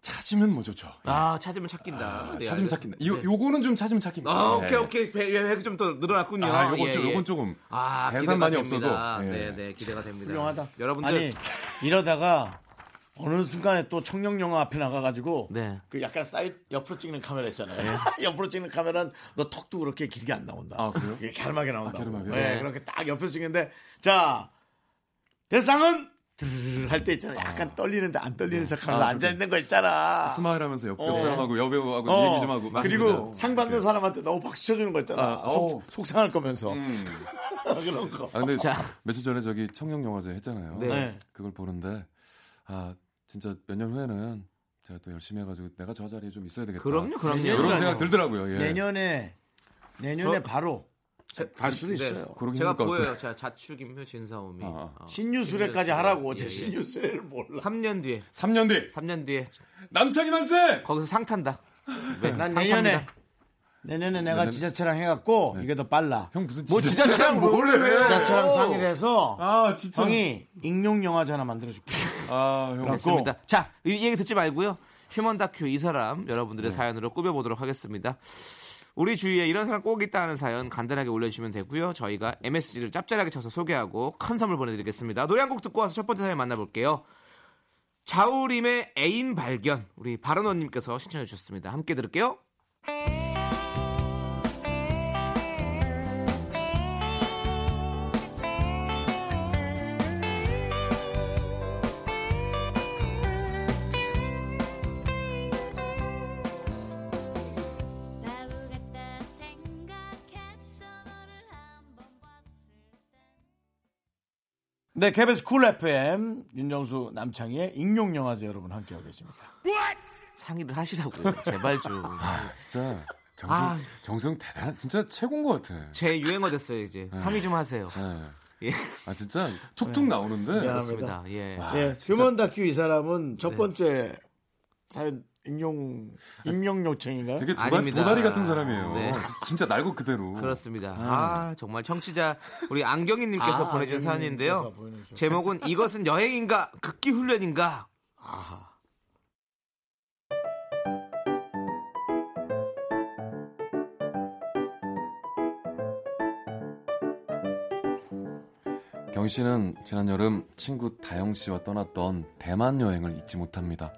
찾으면 뭐 좋죠. 예. 아 찾으면 찾긴다. 네, 알겠습니다. 찾으면 찾긴다. 요, 요거는 좀 찾으면 찾긴다. 아 예. 오케이 오케이 배좀더 늘어났군요. 예, 아, 아, 요건 좀- 요건 조금. 계산 많이 없어도, 예. 네네 기대가 됩니다. 훌륭하다. 여러분들 아니 이러다가 어느 순간에 또 청룡 영화 앞에 나가가지고 네. 네. 그 약간 사이드 옆으로 찍는 카메라 있잖아요. [LAUGHS] 옆으로 찍는 카메라는 너 턱도 그렇게 길게 안 나온다. 아, 그래요? 이게 갸름하게 나온다. 아, 갸름하게. 네, 네. 그렇게 딱 옆에서 찍는데 자 대상은 할 때 있잖아. 약간 떨리는데 안 떨리는 척하면서 아, 앉아 있는 거 있잖아. 스마일하면서 옆, 옆 어. 사람하고 여배우하고 어, 얘기 좀 하고. 그리고 맞습니다. 어, 예. 상 받는 사람한테 너무 박수 쳐주는 거 있잖아. 아, 속, 속상할 거면서 음. [LAUGHS] 그런 거. 아, 근데 자. 며칠 전에 저기 청룡 영화제 했잖아요. 네. 그걸 보는데 아 진짜 몇 년 후에는 제가 또 열심히 해가지고 내가 저 자리에 좀 있어야 되겠다. 그럼요, 그럼요. 그러니까 이런 네, 생각 들더라고요. 예. 내년에 내년에 저- 바로 갈 수도 네. 있어요. 그러긴 제가 힘들 것 보여요. 같아요. 제가 자축 임묘 진사오미. 아, 어, 신유술회까지 신유술회. 하라고 예, 제 예. 신유술회를 몰라. 3년 뒤에. 3년 뒤 3년 뒤에 남창이 만세. 거기서 상 탄다. 난 상 내년에 탑니다. 내년에 아, 내가 지자체랑 해갖고 이게 더 빨라. 형 무슨 뭐 진짜- 지자체랑 뭘 뭘 해요? 지자체랑 상의를 해서 아 진짜. 형이 익룡 영화제 하나 만들어줄게. 아 형. 됐습니다. 자, 이 얘기 듣지 말고요. 휴먼 다큐 이 사람 여러분들의 사연으로 꾸며보도록 하겠습니다. 우리 주위에 이런 사람 꼭 있다 하는 사연 간단하게 올려주시면 되고요. 저희가 MSG를 짭짤하게 쳐서 소개하고 큰 선물 보내드리겠습니다. 노래 한 곡 듣고 와서 첫 번째 사연 만나볼게요. 자우림의 애인 발견 우리 바른원님께서 신청해 주셨습니다. 함께 들을게요. 바보 같다 생각했어 너를 한번 봤을 네, KBS 쿨 FM 윤정수 남창희의 익룡 영화제 여러분 함께하고 계십니다. 상의를 하시라고요. 제발 좀. 아, 진짜 정성 아. 정성 대단. 진짜 최고인 것 같아. 네. 제 유행어 됐어요 이제. 상의 좀 하세요. 예. 예. 아 진짜 툭툭 나오는데. 야. 그렇습니다. 예. 예, 휴먼 다큐 이 사람은 첫 번째 사연 익룡 익룡 요청인가요? 되게 도다, 아닙니다. 도다리 같은 사람이에요. 네. 진짜 날고 그대로. 어. 그렇습니다. 아, 정말 청취자 우리 안경희님께서 아, 보내준 사연인데요. 안경희님께서 네. 보내주셨- 제목은 이것은 여행인가 극기 훈련인가. 경 씨는 지난 여름 친구 다영 씨와 떠났던 대만 여행을 잊지 못합니다.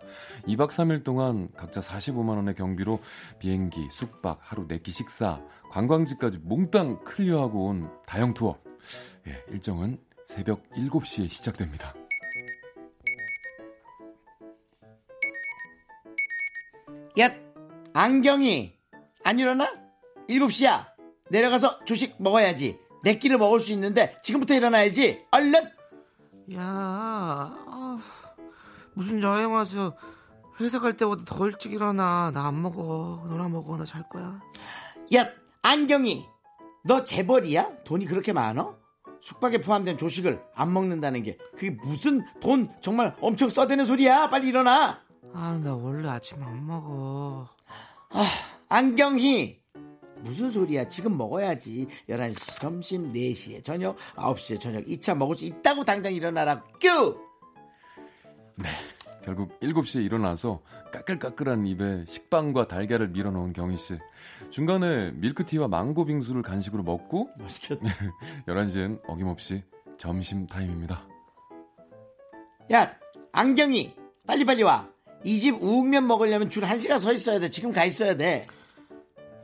2박 3일 동안 각자 45만 원의 경비로 비행기, 숙박, 하루 4끼 식사, 관광지까지 몽땅 클리어하고 온 다영 투어. 예, 일정은 새벽 7시에 시작됩니다. 야, 안경이 안 일어나? 7시야. 내려가서 조식 먹어야지. 내 끼를 먹을 수 있는데 지금부터 일어나야지. 얼른. 야, 아, 무슨 여행 와서 회사 갈 때보다 더 일찍 일어나. 나 안 먹어. 너나 먹어. 나 잘 거야. 야, 안경이 너 재벌이야? 돈이 그렇게 많어? 숙박에 포함된 조식을 안 먹는다는 게 그게 무슨 돈 정말 엄청 써대는 소리야. 빨리 일어나. 아, 나 원래 아침 안 먹어. 안경이 무슨 소리야 지금 먹어야지 11시 점심 4시에 저녁 9시에 저녁 2차 먹을 수 있다고 당장 일어나라 뀨 결국 7시에 일어나서 까끌까끌한 입에 식빵과 달걀을 밀어넣은 경희 씨. 중간에 밀크티와 망고 빙수를 간식으로 먹고 맛있겠다 11시엔 어김없이 점심 타임입니다. 야, 안경이 빨리빨리 와. 이 집 우육면 먹으려면 줄 한시간서 있어야 돼. 지금 가 있어야 돼.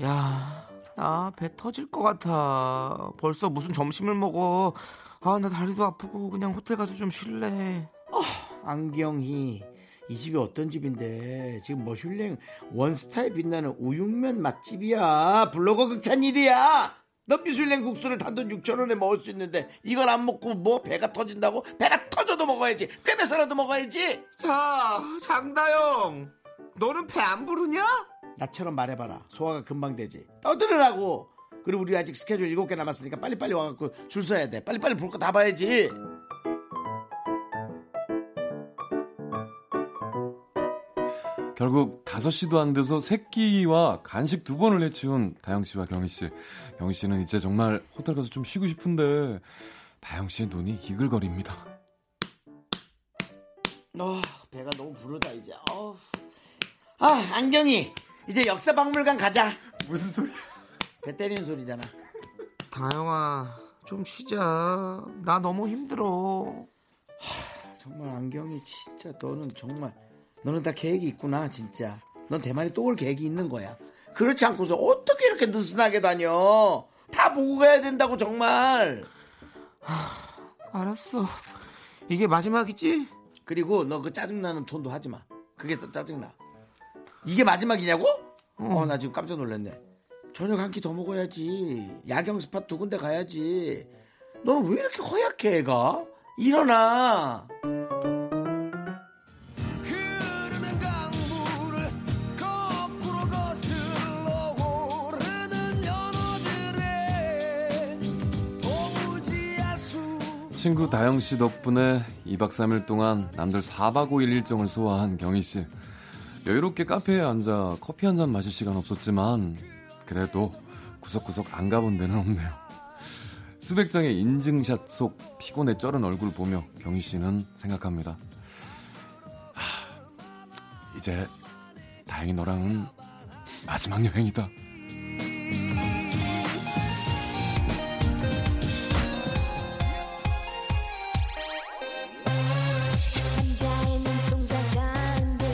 야, 나 배 터질 것 같아. 벌써 무슨 점심을 먹어. 아, 나 다리도 아프고 그냥 호텔 가서 좀 쉴래. 안경이 이 집이 어떤 집인데 지금 머슐랭 원스타에 빛나는 우육면 맛집이야 블로거 극찬 일이야 너 미슐랭 국수를 단돈 6천원에 먹을 수 있는데 이걸 안 먹고 뭐 배가 터진다고? 배가 터져도 먹어야지 꿰매서라도 먹어야지 야 장다영 너는 배 안 부르냐? 나처럼 말해봐라 소화가 금방 되지 떠들으라고 그리고 우리 아직 스케줄 7개 남았으니까 빨리빨리 와갖고 줄 서야 돼 빨리빨리 볼 거 다 봐야지 결국 5시도 안 돼서 새끼와 간식 두 번을 해치운 다영 씨와 경희 씨. 경희 씨는 이제 정말 호텔 가서 좀 쉬고 싶은데 다영 씨의 눈이 이글거립니다. 어, 배가 너무 부르다 이제. 어우. 아 안경이 이제 역사박물관 가자. 무슨 소리야? 배 때리는 소리잖아. 다영아 좀 쉬자 나 너무 힘들어 아, 정말 안경이 진짜 너는 정말 너는 다 계획이 있구나 진짜. 넌 대만에 또 올 계획이 있는 거야. 그렇지 않고서 어떻게 이렇게 느슨하게 다녀? 다 보고 가야 된다고 정말. 알았어 이게 마지막이지? 그리고 너 그 짜증나는 톤도 하지 마. 그게 더 짜증나. 이게 마지막이냐고? 어, 나 지금 깜짝 놀랐네. 저녁 한 끼 더 먹어야지. 야경 스팟 두 군데 가야지. 너는 왜 이렇게 허약해, 애가? 일어나! 흐르는 강물을 거꾸로 거슬러 오르는 연어들의 도무지 알수 친구 다영 씨 덕분에 2박 3일 동안 남들 4박 5일 일정을 소화한 경희 씨. 여유롭게 카페에 앉아 커피 한 잔 마실 시간 없었지만 그래도 구석구석 안 가본 데는 없네요. 수백 장의 인증샷 속 피곤에 쩔은 얼굴 보며 경희 씨는 생각합니다. 하, 이제 다행히 너랑은 마지막 여행이다. 남자의 눈동자가 흔들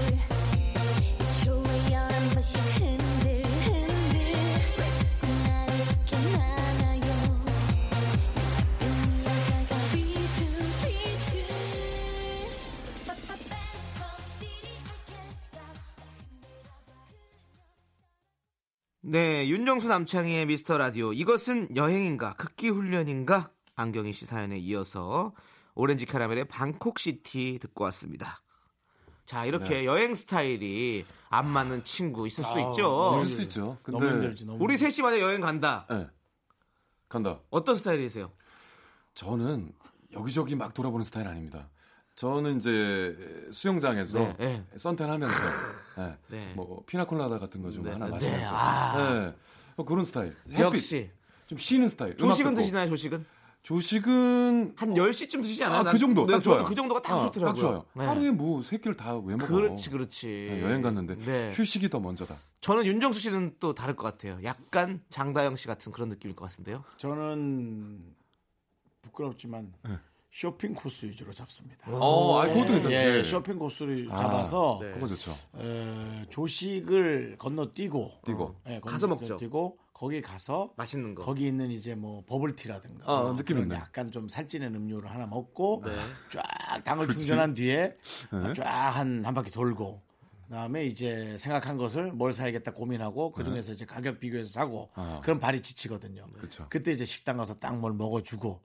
이초에 열한 번씩 흔들 흔들 왜 자꾸 나를 스캔하나요 내 여자가 비틀비틀 네 윤정수 남창희의 미스터 라디오 이것은 여행인가 극기 훈련인가 안경희 씨 사연에 이어서 오렌지 캐러멜의 방콕 시티 듣고 왔습니다 자 네. 이렇게 여행 스타일이 안 맞는 친구 있을 아, 수 있죠 있을 수 있죠. 근데 어, 예. 너무 힘들지, 너무. 우리 셋이 만약 여행 간다 예. 간다. 어떤 스타일이세요? 저는 여기저기 막 돌아보는 스타일 아닙니다. 저는 이제 수영장에서 네, 네. 선탠 [LAUGHS] 하면서 예, 네. 뭐 피나콜라다 같은 거 좀 네, 하나 네. 마시면서 아. 예, 뭐 그런 스타일. 햇빛 네, 역시 좀 쉬는 스타일. 음악 조식은 듣고. 드시나요 조식은? 조식은 한 10시쯤 드시지 않아요? 아, 난- 그 정도 네, 딱 저도 좋아요. 그 정도가 딱 아, 좋더라고요. 딱 좋아요. 네. 하루에 뭐 세 끼를 다 왜 먹어? 그렇지 그렇지. 예, 여행 갔는데 네. 휴식이 더 먼저다. 저는 윤정수 씨는 또 다를 것 같아요. 약간 장다영 씨 같은 그런 느낌일 것 같은데요. 저는 부끄럽지만 쇼핑 코스 위주로 잡습니다. 어, 네. 아, 그것도 괜찮지. 예, 쇼핑 코스를 잡아서 네. 그거 좋죠. 에, 조식을 건너뛰고 뛰고. 예, 가서 먹죠. 건너뛰고 거기 가서 어, 맛있는 거. 어, 거기 있는 이제 뭐 버블티라든가 아, 뭐 느낌 그런 있네. 약간 좀 살찌는 음료를 하나 먹고 네. 쫙 당을 충전한 뒤에 네. 쫙 한 한 바퀴 돌고 그다음에 이제 생각한 것을 뭘 사야겠다 고민하고 그중에서 이제 가격 비교해서 사고 네. 아. 그럼 발이 지치거든요. 그쵸. 때 이제 식당 가서 딱 뭘 먹어주고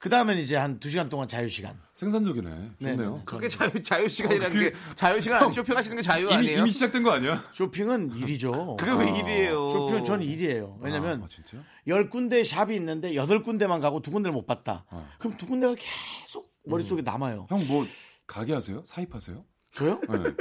그다음에 이제 한 두 시간 동안 자유 시간. 생산적이네. 네, 좋네요. 네, 그게 자유 자유 시간이라는 게 자유 시간 아니 쇼핑하시는 게 자유 어, 이미 아니에요? 이미 아, 시작된 거 아니야? 쇼핑은 일이죠. [LAUGHS] 그게 왜 일이에요? 쇼핑은 저는 일이에요. 왜냐면 아, 진짜? 열 군데 샵이 있는데 여덟 군데만 가고 두 군데를 못 봤다. 아. 그럼 두 군데가 계속 머릿속에 남아요. 형 뭐 가게 하세요? 사입하세요? 저요? [LAUGHS] 네. 아니,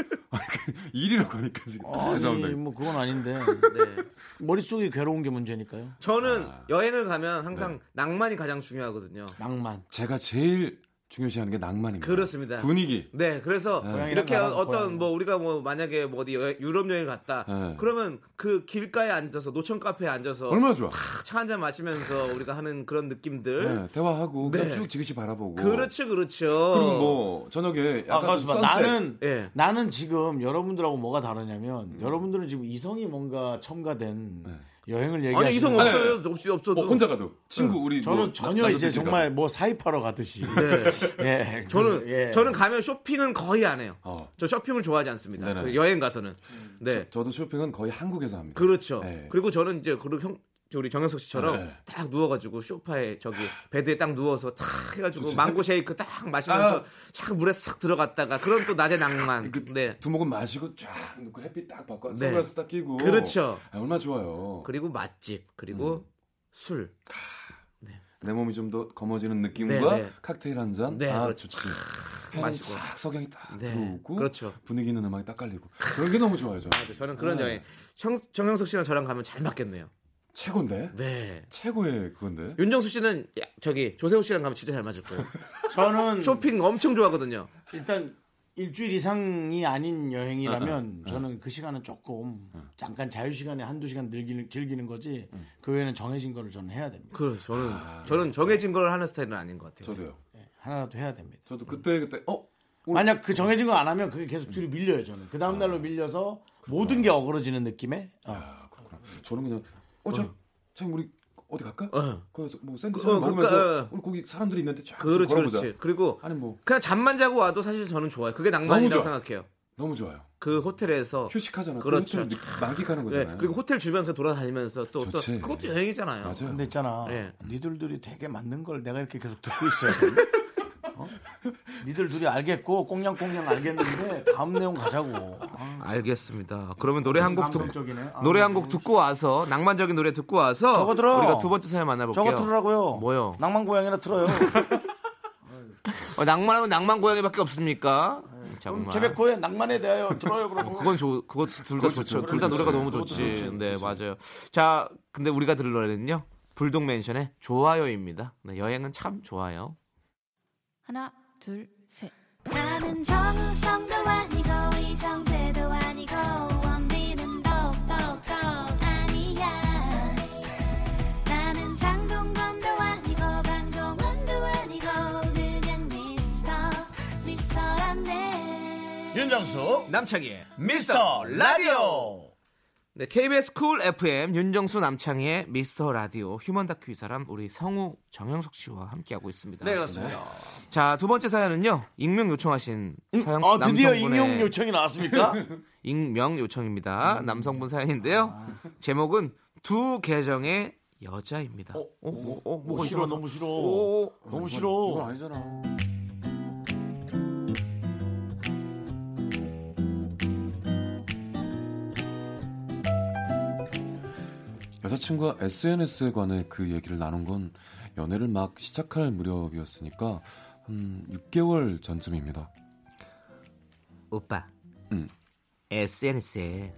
그 일이라고 하니까 지금 죄송합니다. 아니 뭐 그건 아닌데 네. 머릿속이 괴로운 게 문제니까요. 저는 아. 여행을 가면 항상 네. 낭만이 가장 중요하거든요. 낭만. 제가 제일 중요시하는 게 낭만입니다. 그렇습니다. 분위기. 네, 그래서 고양이랑 이렇게 나랑 어떤 고양이. 뭐 우리가 뭐 만약에 뭐 어디 여- 유럽 여행 갔다 네. 그러면 그 길가에 앉아서 노천 카페에 앉아서 얼마나 좋아. 차 한 잔 마시면서 우리가 하는 그런 느낌들. 네, 대화하고 그냥 네. 쭉 지그시 바라보고. 그렇죠, 그렇죠. 그리고 뭐 저녁에 아, 약간 좀 가수봐. 선셋. 나는 예. 나는 지금 여러분들하고 뭐가 다르냐면 여러분들은 지금 이성이 뭔가 첨가된 여행을 얘기하시는 아니 이성 거예요. 없어요, 없이 없어도. 뭐 혼자 가도 친구 우리 저는 뭐 전혀 나- 이제 남자들끼리 정말 뭐 사입하러 가듯이. 네. 예. [LAUGHS] 저는 예. 저는 가면 쇼핑은 거의 안 해요. 어. 저 쇼핑을 좋아하지 않습니다. 그 여행 가서는. 네. 네. 저, 도 쇼핑은 거의 한국에서 합니다. 그렇죠. 네. 그리고 저는 이제 그 형, 저 우리 정영석 씨처럼 네. 딱 누워가지고 쇼파에 저기 베드에 딱 누워서 탁 해가지고 그치. 아. 망고 쉐이크 딱 마시면서 촥 물에 싹 들어갔다가 그런 또 낮의 낭만. 네. 두목은 마시고 쫙 넣고 햇빛 딱 받고 네. 선글라스 딱 끼고 그렇죠. 아, 얼마나 좋아요. 그리고 맛집 그리고 음. 술. 내 몸이 좀 더 검어지는 느낌과 네, 네. 칵테일 한 잔. 네, 아 그렇죠. 좋지. 해는 마시고. 싹 석양이 딱 네, 들어오고 그렇죠. 분위기 있는 음악이 딱 깔리고 그런 게 너무 좋아요. 저는, 맞아, 저는 그런 네. 여행. 정, 정영석 씨랑 저랑 가면 잘 맞겠네요. 최고인데? 네. 최고의 그건데? 윤정수 씨는 야, 저기 조세호 씨랑 가면 진짜 잘 맞을 거예요. 저는 쇼핑 엄청 좋아하거든요. 일단 일주일 이상이 아닌 여행이라면 저는 그 시간은 조금 잠깐 자유 시간에 한두 시간 즐기는, 즐기는 거지 그 외에는 정해진 거를 저는 해야 됩니다. 그래서 저는 저는 정해진 걸 하는 스타일은 아닌 것 같아요. 아, 네. 저도요. 하나라도 해야 됩니다. 저도 그때 그때 어 만약 그 정해진 거 안 하면 그게 계속 뒤로 밀려요 저는. 그 다음 아. 날로 밀려서 모든 게 어그러지는 느낌에 아, 그렇구나. 저는 그냥 어저 저 우리 어디 갈까? 어. 그래서 뭐 샌드위치 어, 먹으면서 그러니까, 어. 우리 거기 사람들이 있는데 쫙 그렇지, 걸어보자. 그렇지. 그리고 아니 뭐 그냥 잠만 자고 와도 사실 저는 좋아요. 그게 낭만이라고 너무 좋아. 생각해요. 너무 좋아요. 그 호텔에서 휴식하잖아. 그 그렇죠. 호텔을 느- 만끽하는 네, 거잖아요. 그리고 호텔 주변 그 돌아다니면서 또 어떤 좋지. 그것도 여행이잖아요. 맞아요. 근데 있잖아 네. 니들들이 되게 맞는 걸 내가 이렇게 계속 듣고 있어야 돼. 어? 니들 둘이 알겠고 꽁냥꽁냥 알겠는데 다음 내용 가자고. 아, 알겠습니다. 그러면 노래 한 곡 듣고 방송적이네. 아, 노래 한 곡 듣고 와서 낭만적인 노래 듣고 와서 저거 들어. 우리가 두 번째 사연 만나볼게요. 저거 틀으라고요. 뭐요? 낭만 고양이나 틀어요. 어, 낭만하면 낭만 고양이밖에 없습니까? 그럼 [LAUGHS] 정말. 제백호의 낭만에 대하여 들어요 그러고. 그건 좋, 그거 둘 다 좋죠. 둘 다 노래가 너무 좋지. 네, 맞아요. 자, 근데 우리가 들을 노래는요. 불독 맨션의 좋아요입니다. 네, 여행은 참 좋아요. 하나, 둘, 셋. 나는 정우성도 아니고 이정재도 아니고 원빈은 더욱더 아니야 나는 장동건도 아니고 강동원도 아니고 그냥 미스터 미스터란데 윤정수 남창희의 미스터 라디오. 네, KBS 쿨 FM 윤정수 남창희의 미스터 라디오 휴먼 다큐 이 사람 우리 성우 정영석 씨와 함께하고 있습니다. 네 그렇습니다. 자, 두 번째 사연은요. 익명 요청하신 사연 아 드디어 남성분의 익명 요청이 [LAUGHS] 나왔습니까? 익명 요청입니다. 남성분 사연인데요. 제목은 두 계정의 여자입니다. 어, 어, 어, 어, 뭐 뭐가 싫어 이상하다. 너무 싫어. 오, 오. 너무 이건 싫어. 아니잖아. 여자친구와 SNS에 관해 그 얘기를 나눈 건 연애를 막 시작할 무렵이었으니까 한 6개월 전쯤입니다. 오빠. 음. 응. SNS에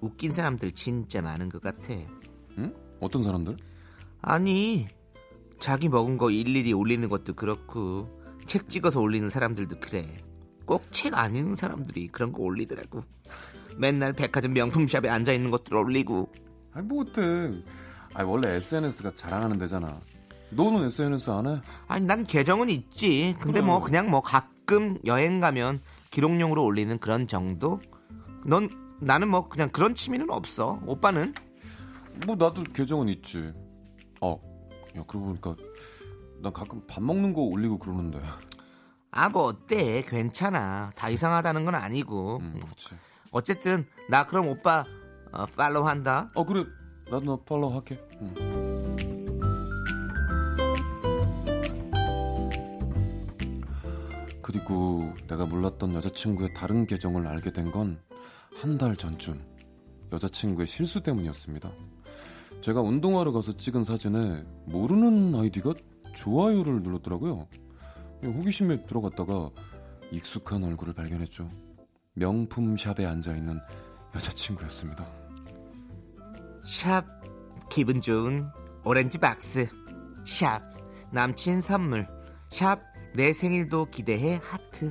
웃긴 사람들 진짜 많은 것 같아. 응? 어떤 사람들? 아니, 자기 먹은 거 일일이 올리는 것도 그렇고 책 찍어서 올리는 사람들도 그래. 꼭 책 안 읽는 사람들이 그런 거 올리더라고. 맨날 백화점 명품샵에 앉아 있는 것들 올리고. 아니 뭐 어때? 아니 원래 SNS가 자랑하는 데잖아. 너는 SNS 안 해? 아니 난 계정은 있지. 근데 뭐 그냥 뭐 가끔 여행 가면 기록용으로 올리는 그런 정도. 넌 나는 뭐 그냥 그런 취미는 없어. 오빠는? 뭐 나도 계정은 있지. 어, 야 그러고 보니까 난 가끔 밥 먹는 거 올리고 그러는데. 음, 아 뭐 어때? 괜찮아. 다 이상하다는 건 아니고. 음, 그렇지. 어쨌든 나 그럼 오빠 어, 팔로우 한다. 어 그래, 나도 너 팔로우 할게. 응. 그리고 내가 몰랐던 여자친구의 다른 계정을 알게 된 건 한 달 전쯤 여자친구의 실수 때문이었습니다. 제가 운동하러 가서 찍은 사진에 모르는 아이디가 좋아요를 눌렀더라고요. 예, 호기심에 들어갔다가 익숙한 얼굴을 발견했죠. 명품 샵에 앉아 있는 여자친구였습니다. 샵 기분 좋은 오렌지 박스. 샵 남친 선물. 샵 내 생일도 기대해 하트.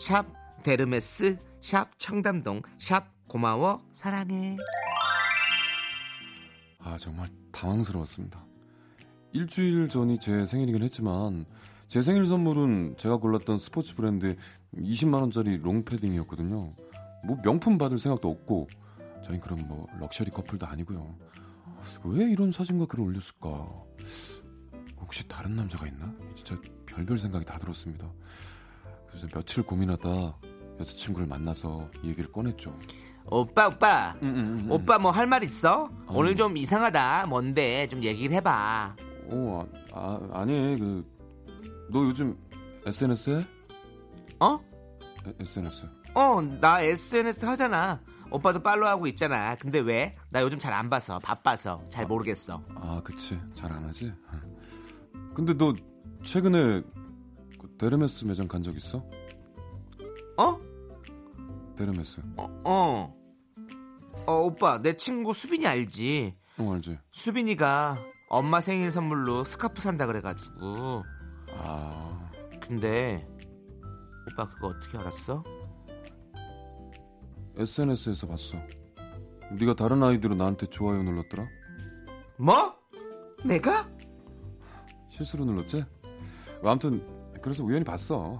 샵 데르메스. 샵 청담동. 샵 고마워 사랑해. 아 정말 당황스러웠습니다. 일주일 전이 제 생일이긴 했지만 제 생일 선물은 제가 골랐던 스포츠 브랜드의 20만 원짜리 롱패딩이었거든요. 뭐 명품 받을 생각도 없고 저희 그럼 뭐 럭셔리 커플도 아니고요. 왜 이런 사진과 글을 올렸을까? 혹시 다른 남자가 있나? 진짜 별별 생각이 다 들었습니다. 그래서 며칠 고민하다 여자친구를 만나서 이 얘기를 꺼냈죠. 오빠 오빠 음, 음. 오빠 뭐 할 말 있어? 어. 오늘 좀 이상하다 뭔데 좀 얘기를 해봐 어, 아, 아, 아니 그 너 요즘 SNS 해? 어? SNS. 어 나 SNS 하잖아 오빠도 팔로우하고 있잖아 근데 왜? 나 요즘 잘 안 봐서 바빠서 잘 모르겠어 아, 그치. 잘 안 하지. 근데 너 최근에 그 데르메스 매장 간 적 있어? 어? 데르메스. 어. 어 오빠 내 친구 수빈이 알지? 어, 알지. 수빈이가 엄마 생일 선물로 스카프 산다 그래가지고 아, 근데 오빠 그거 어떻게 알았어? SNS에서 봤어. 네가 다른 아이디로 나한테 좋아요 눌렀더라? 뭐? 내가? 실수로 눌렀지? 뭐 아무튼 그래서 우연히 봤어.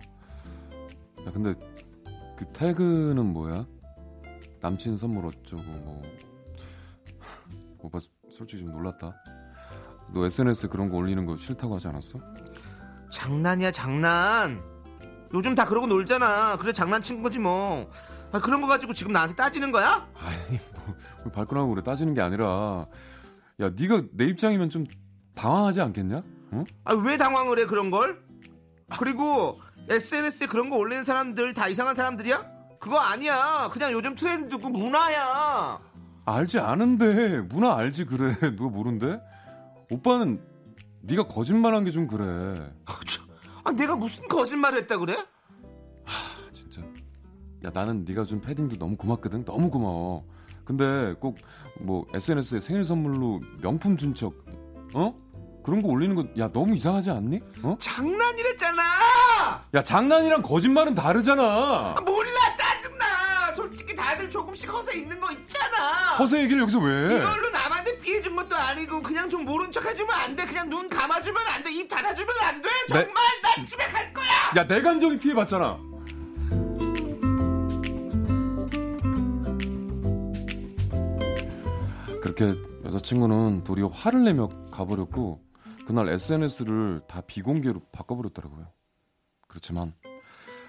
야, 근데 그 태그는 뭐야? 남친 선물 어쩌고 뭐 [LAUGHS] 오빠 솔직히 좀 놀랐다. 너 SNS 그런 거 올리는 거 싫다고 하지 않았어? [LAUGHS] 장난이야 장난 요즘 다 그러고 놀잖아 그래 장난친 거지 뭐 아, 그런 거 가지고 지금 나한테 따지는 거야? 아니 뭐 발끈하고 그래 따지는 게 아니라 야 네가 내 입장이면 좀 당황하지 않겠냐? 응? 아, 왜 당황을 해 그런 걸? 그리고 SNS에 그런 거 올리는 사람들 다 이상한 사람들이야? 그거 아니야 그냥 요즘 트렌드고 문화야 알지 아는데 문화 알지 그래 [LAUGHS] 누가 모른데? 오빠는 네가 거짓말한 게 좀 그래. 아, 내가 무슨 거짓말을 했다 그래? 진짜. 야 나는 네가 준 패딩도 너무 고맙거든. 너무 고마워. 근데 꼭 뭐 SNS에 생일 선물로 명품 준 척, 어? 그런 거 올리는 거 야 너무 이상하지 않니? 어? 장난이랬잖아 야 장난이랑 거짓말은 다르잖아. 아, 몰라 짜증나 솔직히 다들 조금씩 허세 있는 거 있잖아 허세 얘기를 여기서 왜? 이걸로 남한테 피해 준 것도 아니고 그냥 좀 모른 척 해주면 안 돼. 그냥 눈 감아주면 안 돼. 입 닫아주면 안 돼. 네. 정말 난 집에 갈 거야. 야 내 감정이 피해봤잖아. 그렇게 여자친구는 도리어 화를 내며 가버렸고 그날 SNS를 다 비공개로 바꿔버렸더라고요. 그렇지만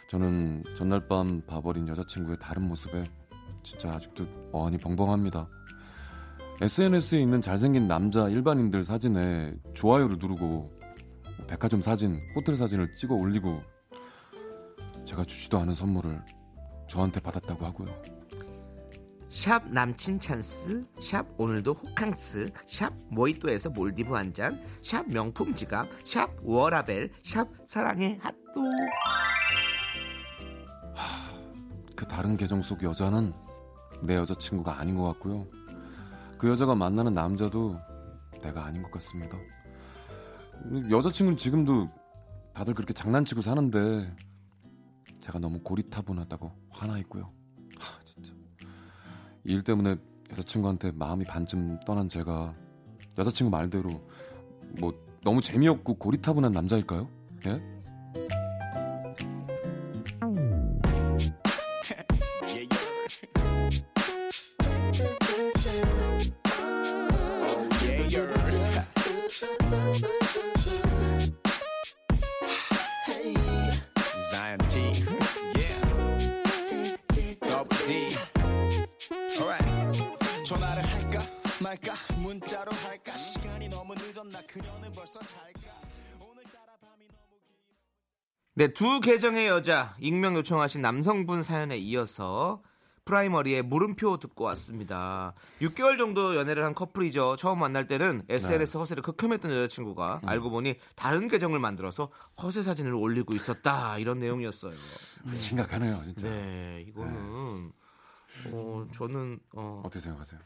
저는 전날 밤 봐버린 여자친구의 다른 모습에 진짜 아직도 어안이 벙벙합니다. SNS에 있는 잘생긴 남자 일반인들 사진에 좋아요를 누르고 뭐 백화점 사진, 호텔 사진을 찍어 올리고 제가 주지도 않은 선물을 저한테 받았다고 하고요. 샵 남친 찬스, 샵 오늘도 호캉스, 샵 모히또에서 몰디브 한 잔, 샵 명품 지갑, 샵 워라벨, 샵 사랑의 핫도. 그 다른 계정 속 여자는 내 여자친구가 아닌 것 같고요. 그 여자가 만나는 남자도 내가 아닌 것 같습니다. 여자친구는 지금도 다들 그렇게 장난치고 사는데 제가 너무 고리타분하다고 화나 있고요. 하, 진짜. 이 일 때문에 여자친구한테 마음이 반쯤 떠난 제가 여자친구 말대로 뭐 너무 재미없고 고리타분한 남자일까요? 예? Zion T. Yeah. Double D. Alright. 전화를 할까 말까 문자로 할까 시간이 너무 늦었나 그녀는 벌써 잘까 오늘따라 밤이 너무 네, 두 계정의 여자 익명 요청하신 남성분 사연에 이어서 프라이머리의 물음표 듣고 왔습니다. 6개월 정도 연애를 한 커플이죠. 처음 만날 때는 SNS 네. 허세를 극혐했던 음. 여자친구가 알고 보니 다른 계정을 만들어서 허세 사진을 올리고 있었다 이런 내용이었어요. 심각하네요, 진짜. 네, 이거는 어, 저는 어, 어떻게 생각하세요?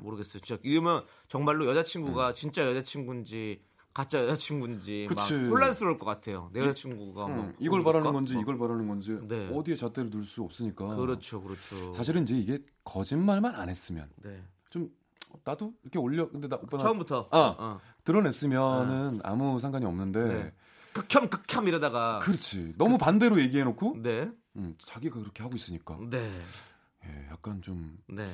모르겠어요. 진짜 이러면 정말로 여자친구가 진짜 여자친구인지 가짜 여자친구인지 막 음. 그치. 혼란스러울 것 같아요. 내 여자친구가 뭐 음, 이걸 그럴까? 바라는 건지 막. 이걸 바라는 건지 네. 어디에 잣대를 둘 수 없으니까 그렇죠, 그렇죠. 사실은 이제 이게 거짓말만 안 했으면 네. 좀 나도 이렇게 올려 근데 나 오빠 나 처음부터 아. 어. 드러냈으면은 아무 상관이 없는데 네. 극혐 극혐 이러다가 그렇지 너무 반대로 얘기해놓고 네, 음, 자기가 그렇게 하고 있으니까 네, 예, 약간 좀 네.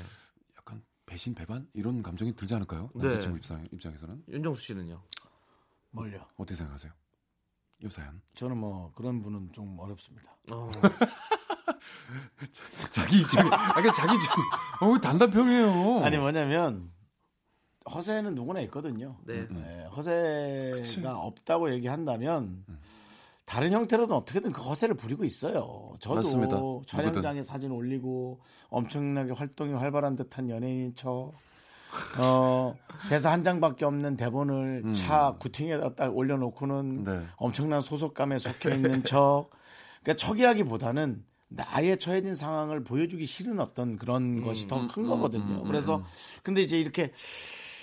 약간 배신 배반 이런 감정이 들지 않을까요 네. 남자친구 입장 입장에서는 윤정수 씨는요? 뭘요? 어떻게 생각하세요? 요 사연 [LAUGHS] 저는 뭐 그런 분은 좀 어렵습니다. 어. 자기 입장에. 아, 그 자기 입장에. 어우, 단답형이에요. 아니 뭐냐면 허세는 누구나 있거든요. [LAUGHS] 네. 네, 허세가 없다고 얘기한다면 음. 다른 형태로든 어떻게든 그 허세를 부리고 있어요. 저도 맞습니다. 촬영장에 누구든. 사진 올리고 엄청나게 활동이 활발한 듯한 연예인인 척. 어, 대사 한 장밖에 없는 대본을 음. 차 구팅에다 딱 올려놓고는 네. 엄청난 소속감에 속해 [LAUGHS] 있는 척. 그러니까 척이라기보다는 나의 처해진 상황을 보여주기 싫은 어떤 음, 그런 것이 더 큰 거거든요. 그래서 근데 이제 이렇게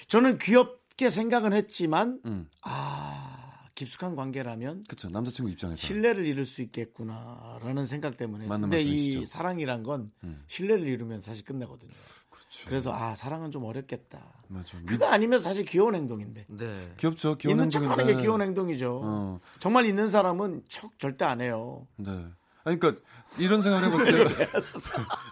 저는 귀엽게 생각은 했지만 음. 아 깊숙한 관계라면 그쵸. 남자친구 입장에서. 신뢰를 잃을 수 있겠구나라는 생각 때문에 맞는 근데 이 말씀이시죠. 음. 사랑이란 건 신뢰를 잃으면 사실 끝나거든요. 그렇죠. 그래서아 사랑은 좀 어렵겠다. 맞아. 미- 그거 아니면 사실 귀여운 행동인데 네. 음. 귀엽죠. 귀여운 있는 척하는 게 행동인데. 귀여운 행동이죠. 어. 정말 있는 사람은 척 절대 안 해요. 네. 아니, 그러니까 이런 생각을 해보세요. [LAUGHS]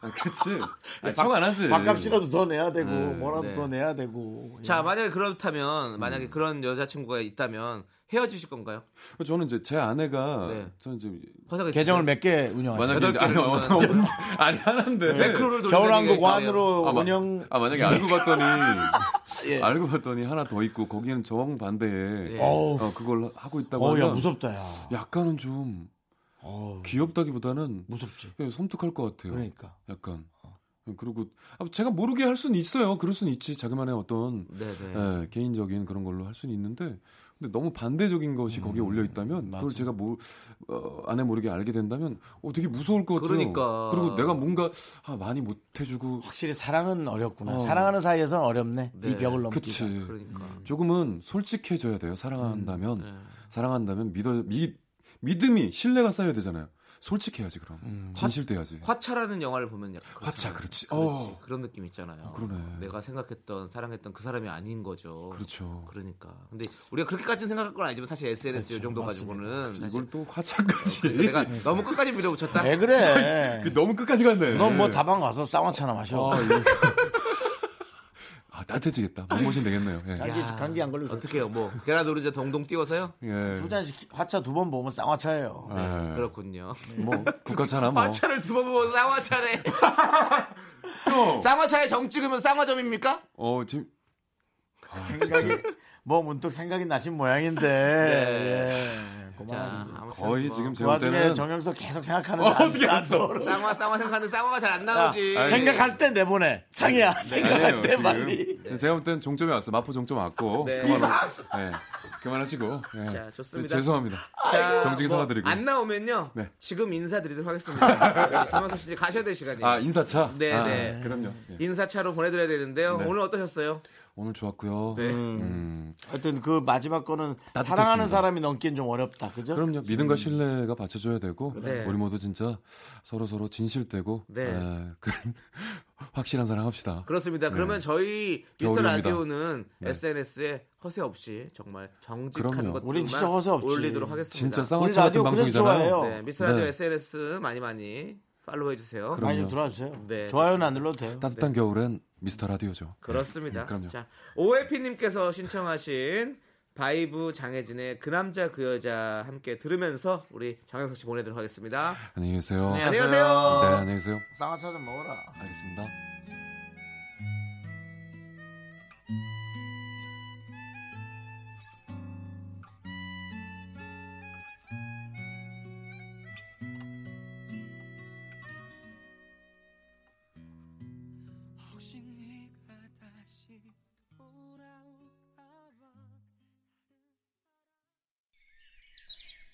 아, 그치. 아니, 척안 하지. 밥값이라도 더 내야 되고 네, 뭐라도 네. 더 내야 되고. 예. 자, 만약에 그렇다면 만약에 그런 여자친구가 있다면 헤어지실 건가요? 저는 이제 제 아내가 네. 저는 지금 화사가 계정을 몇 개 운영하시죠? 만약에 여덟 이제- 개를 아니, 얼마나- 아니 하는데 네, 매크로를 돌리는 겨울왕국 얘기가 있다면. 완으로 아, 마- 운영 아 만약에 알고 봤더니 알고 봤더니 하나 더 있고 거기는 저항 반대에 예. 어우. 어, 그걸 하고 있다고 어야 하면 무섭다 야. 약간은 좀 어우, 귀엽다기보다는 무섭지. 예, 섬뜩할 것 같아요. 그러니까. 약간 어. 그리고 아, 제가 모르게 할 수는 있어요. 그럴 수는 있지. 자기만의 어떤 네, 네. 예, 개인적인 그런 걸로 할 수는 있는데 근데 너무 반대적인 것이 음, 거기에 올려 있다면 그걸 제가 모, 어, 안에 모르게 알게 된다면 어, 되게 무서울 것 같아요. 그러니까. 그리고 내가 뭔가 아, 많이 못 해주고 확실히 사랑은 어렵구나. 어. 사랑하는 사이에서는 어렵네. 네. 이 벽을 넘기가. 그치. 음. 그러니까. 조금은 솔직해져야 돼요. 사랑한다면 네. 사랑한다면 믿어 미, 믿음이 신뢰가 쌓여야 되잖아요. 솔직해야지 그럼 진실돼야지. 음. 화차라는 영화를 보면 약간 그렇잖아요. 화차, 그렇지. 그렇지. 어. 그런 느낌 있잖아요. 그러네. 내가 생각했던 사랑했던 그 사람이 아닌 거죠. 그렇죠. 그러니까. 근데 우리가 그렇게까지는 생각할 건 아니지만 사실 SNS 요 정도 가지고는 사실 그렇죠. 이걸 또 화차까지. 내가 너무 끝까지 밀어붙였다. 왜 그래? [LAUGHS] 그 [LAUGHS] 너무 끝까지 갔네. 넌 뭐 다방 가서 쌍화차나 마셔. 아, 예. 아, 따뜻해지겠다. 몸보신 되겠네요. 예. 감기, 야. 감기 안 걸려서. 어떻게요? 뭐 계란 노른자 동동 띄워서요? 예. 두 잔씩 화차 두 번 보면 쌍화차예요. 예. 그렇군요. 뭐 국가차나 뭐. 화차를 두 번 보면 쌍화차네. 쌍화차에 정 찍으면 쌍화점입니까? 어, 지금 아, 생각이 뭐 문득 생각이 나신 모양인데. 네. 예. 자, 고마워. 아무튼 거의 뭐 지금 제 그 와중에 때는 정영석 계속 생각하는 어떻게 알았어? 쌍화 쌍화 생각하는 쌍화가 잘 안 아, 나오지. 생각할 때 내보내. 창이야. 생각할 때 네, 지금. 네, 빨리. 제가 볼 때는 종점이 왔어. 마포 종점 왔고. 네. 그만, 네. 그만하시고. 예. 자, 좋습니다. 죄송합니다. 자, 정직히 뭐 사과드리고. 안 나오면요. 네. 지금 인사드리도록 하겠습니다. [LAUGHS] 정원석 씨 이제 가셔야 될 시간이에요. 아, 인사차? 네, 아, 네. 그럼요. 예. 인사차로 보내드려야 되는데요. 네. 오늘 어떠셨어요? 오늘 좋았고요. 네. 음, 하여튼 그 마지막 거는 따뜻했습니다. 사랑하는 사람이 넘기엔 좀 어렵다. 그죠? 그럼요. 믿음과 신뢰가 받쳐줘야 되고 네. 우리 모두 진짜 서로 서로 진실되고 네. 예, 그런 [LAUGHS] 확실한 사랑합시다. 그렇습니다. 그러면 저희 미스터 네. 겨울입니다. 라디오는 SNS에 허세 없이 정말 정직한 그럼요. 우린 진짜 허세 것들만 없지. 올리도록 하겠습니다. 진짜 우리 쌍화차 라디오 같은 그래서 방송이잖아요. 좋아해요. 네, 미스터 라디오 네. SNS 많이 많이 팔로우해 주세요. 그럼- 많이 그럼요. 좀 들어와주세요. 네. 좋아요는 안 눌러도 돼요. 따뜻한 겨울엔 미스터 라디오죠. 그렇습니다. 네, 그럼요. 자, 오해피님께서 신청하신 바이브 장혜진의 그 남자 그 여자 함께 들으면서 우리 정영석 씨 보내도록 하겠습니다. 안녕히 계세요. 네, 안녕하세요. 안녕히 계세요. 쌍화차 좀 먹어라. 알겠습니다. 혹시 네가 다시 돌아올까봐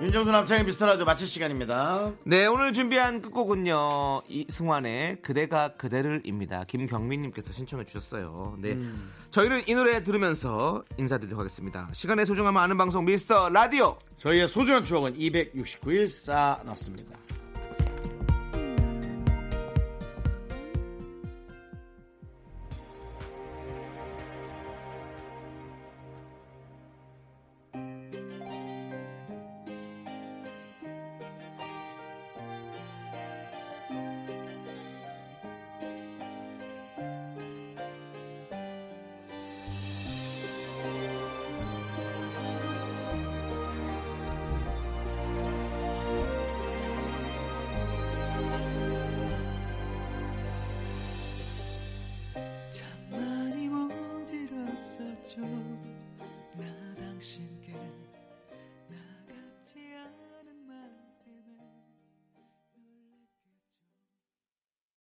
윤정수 남창의 미스터라디오 마칠 시간입니다. 네, 오늘 준비한 끝곡은요. 이승환의 그대가 그대를입니다. 김경민님께서 신청해 주셨어요. 네. 저희는 이 노래 들으면서 인사드리도록 하겠습니다. 시간의 소중함을 아는 방송 미스터 라디오. 저희의 소중한 추억은 269일 쌓아놨습니다.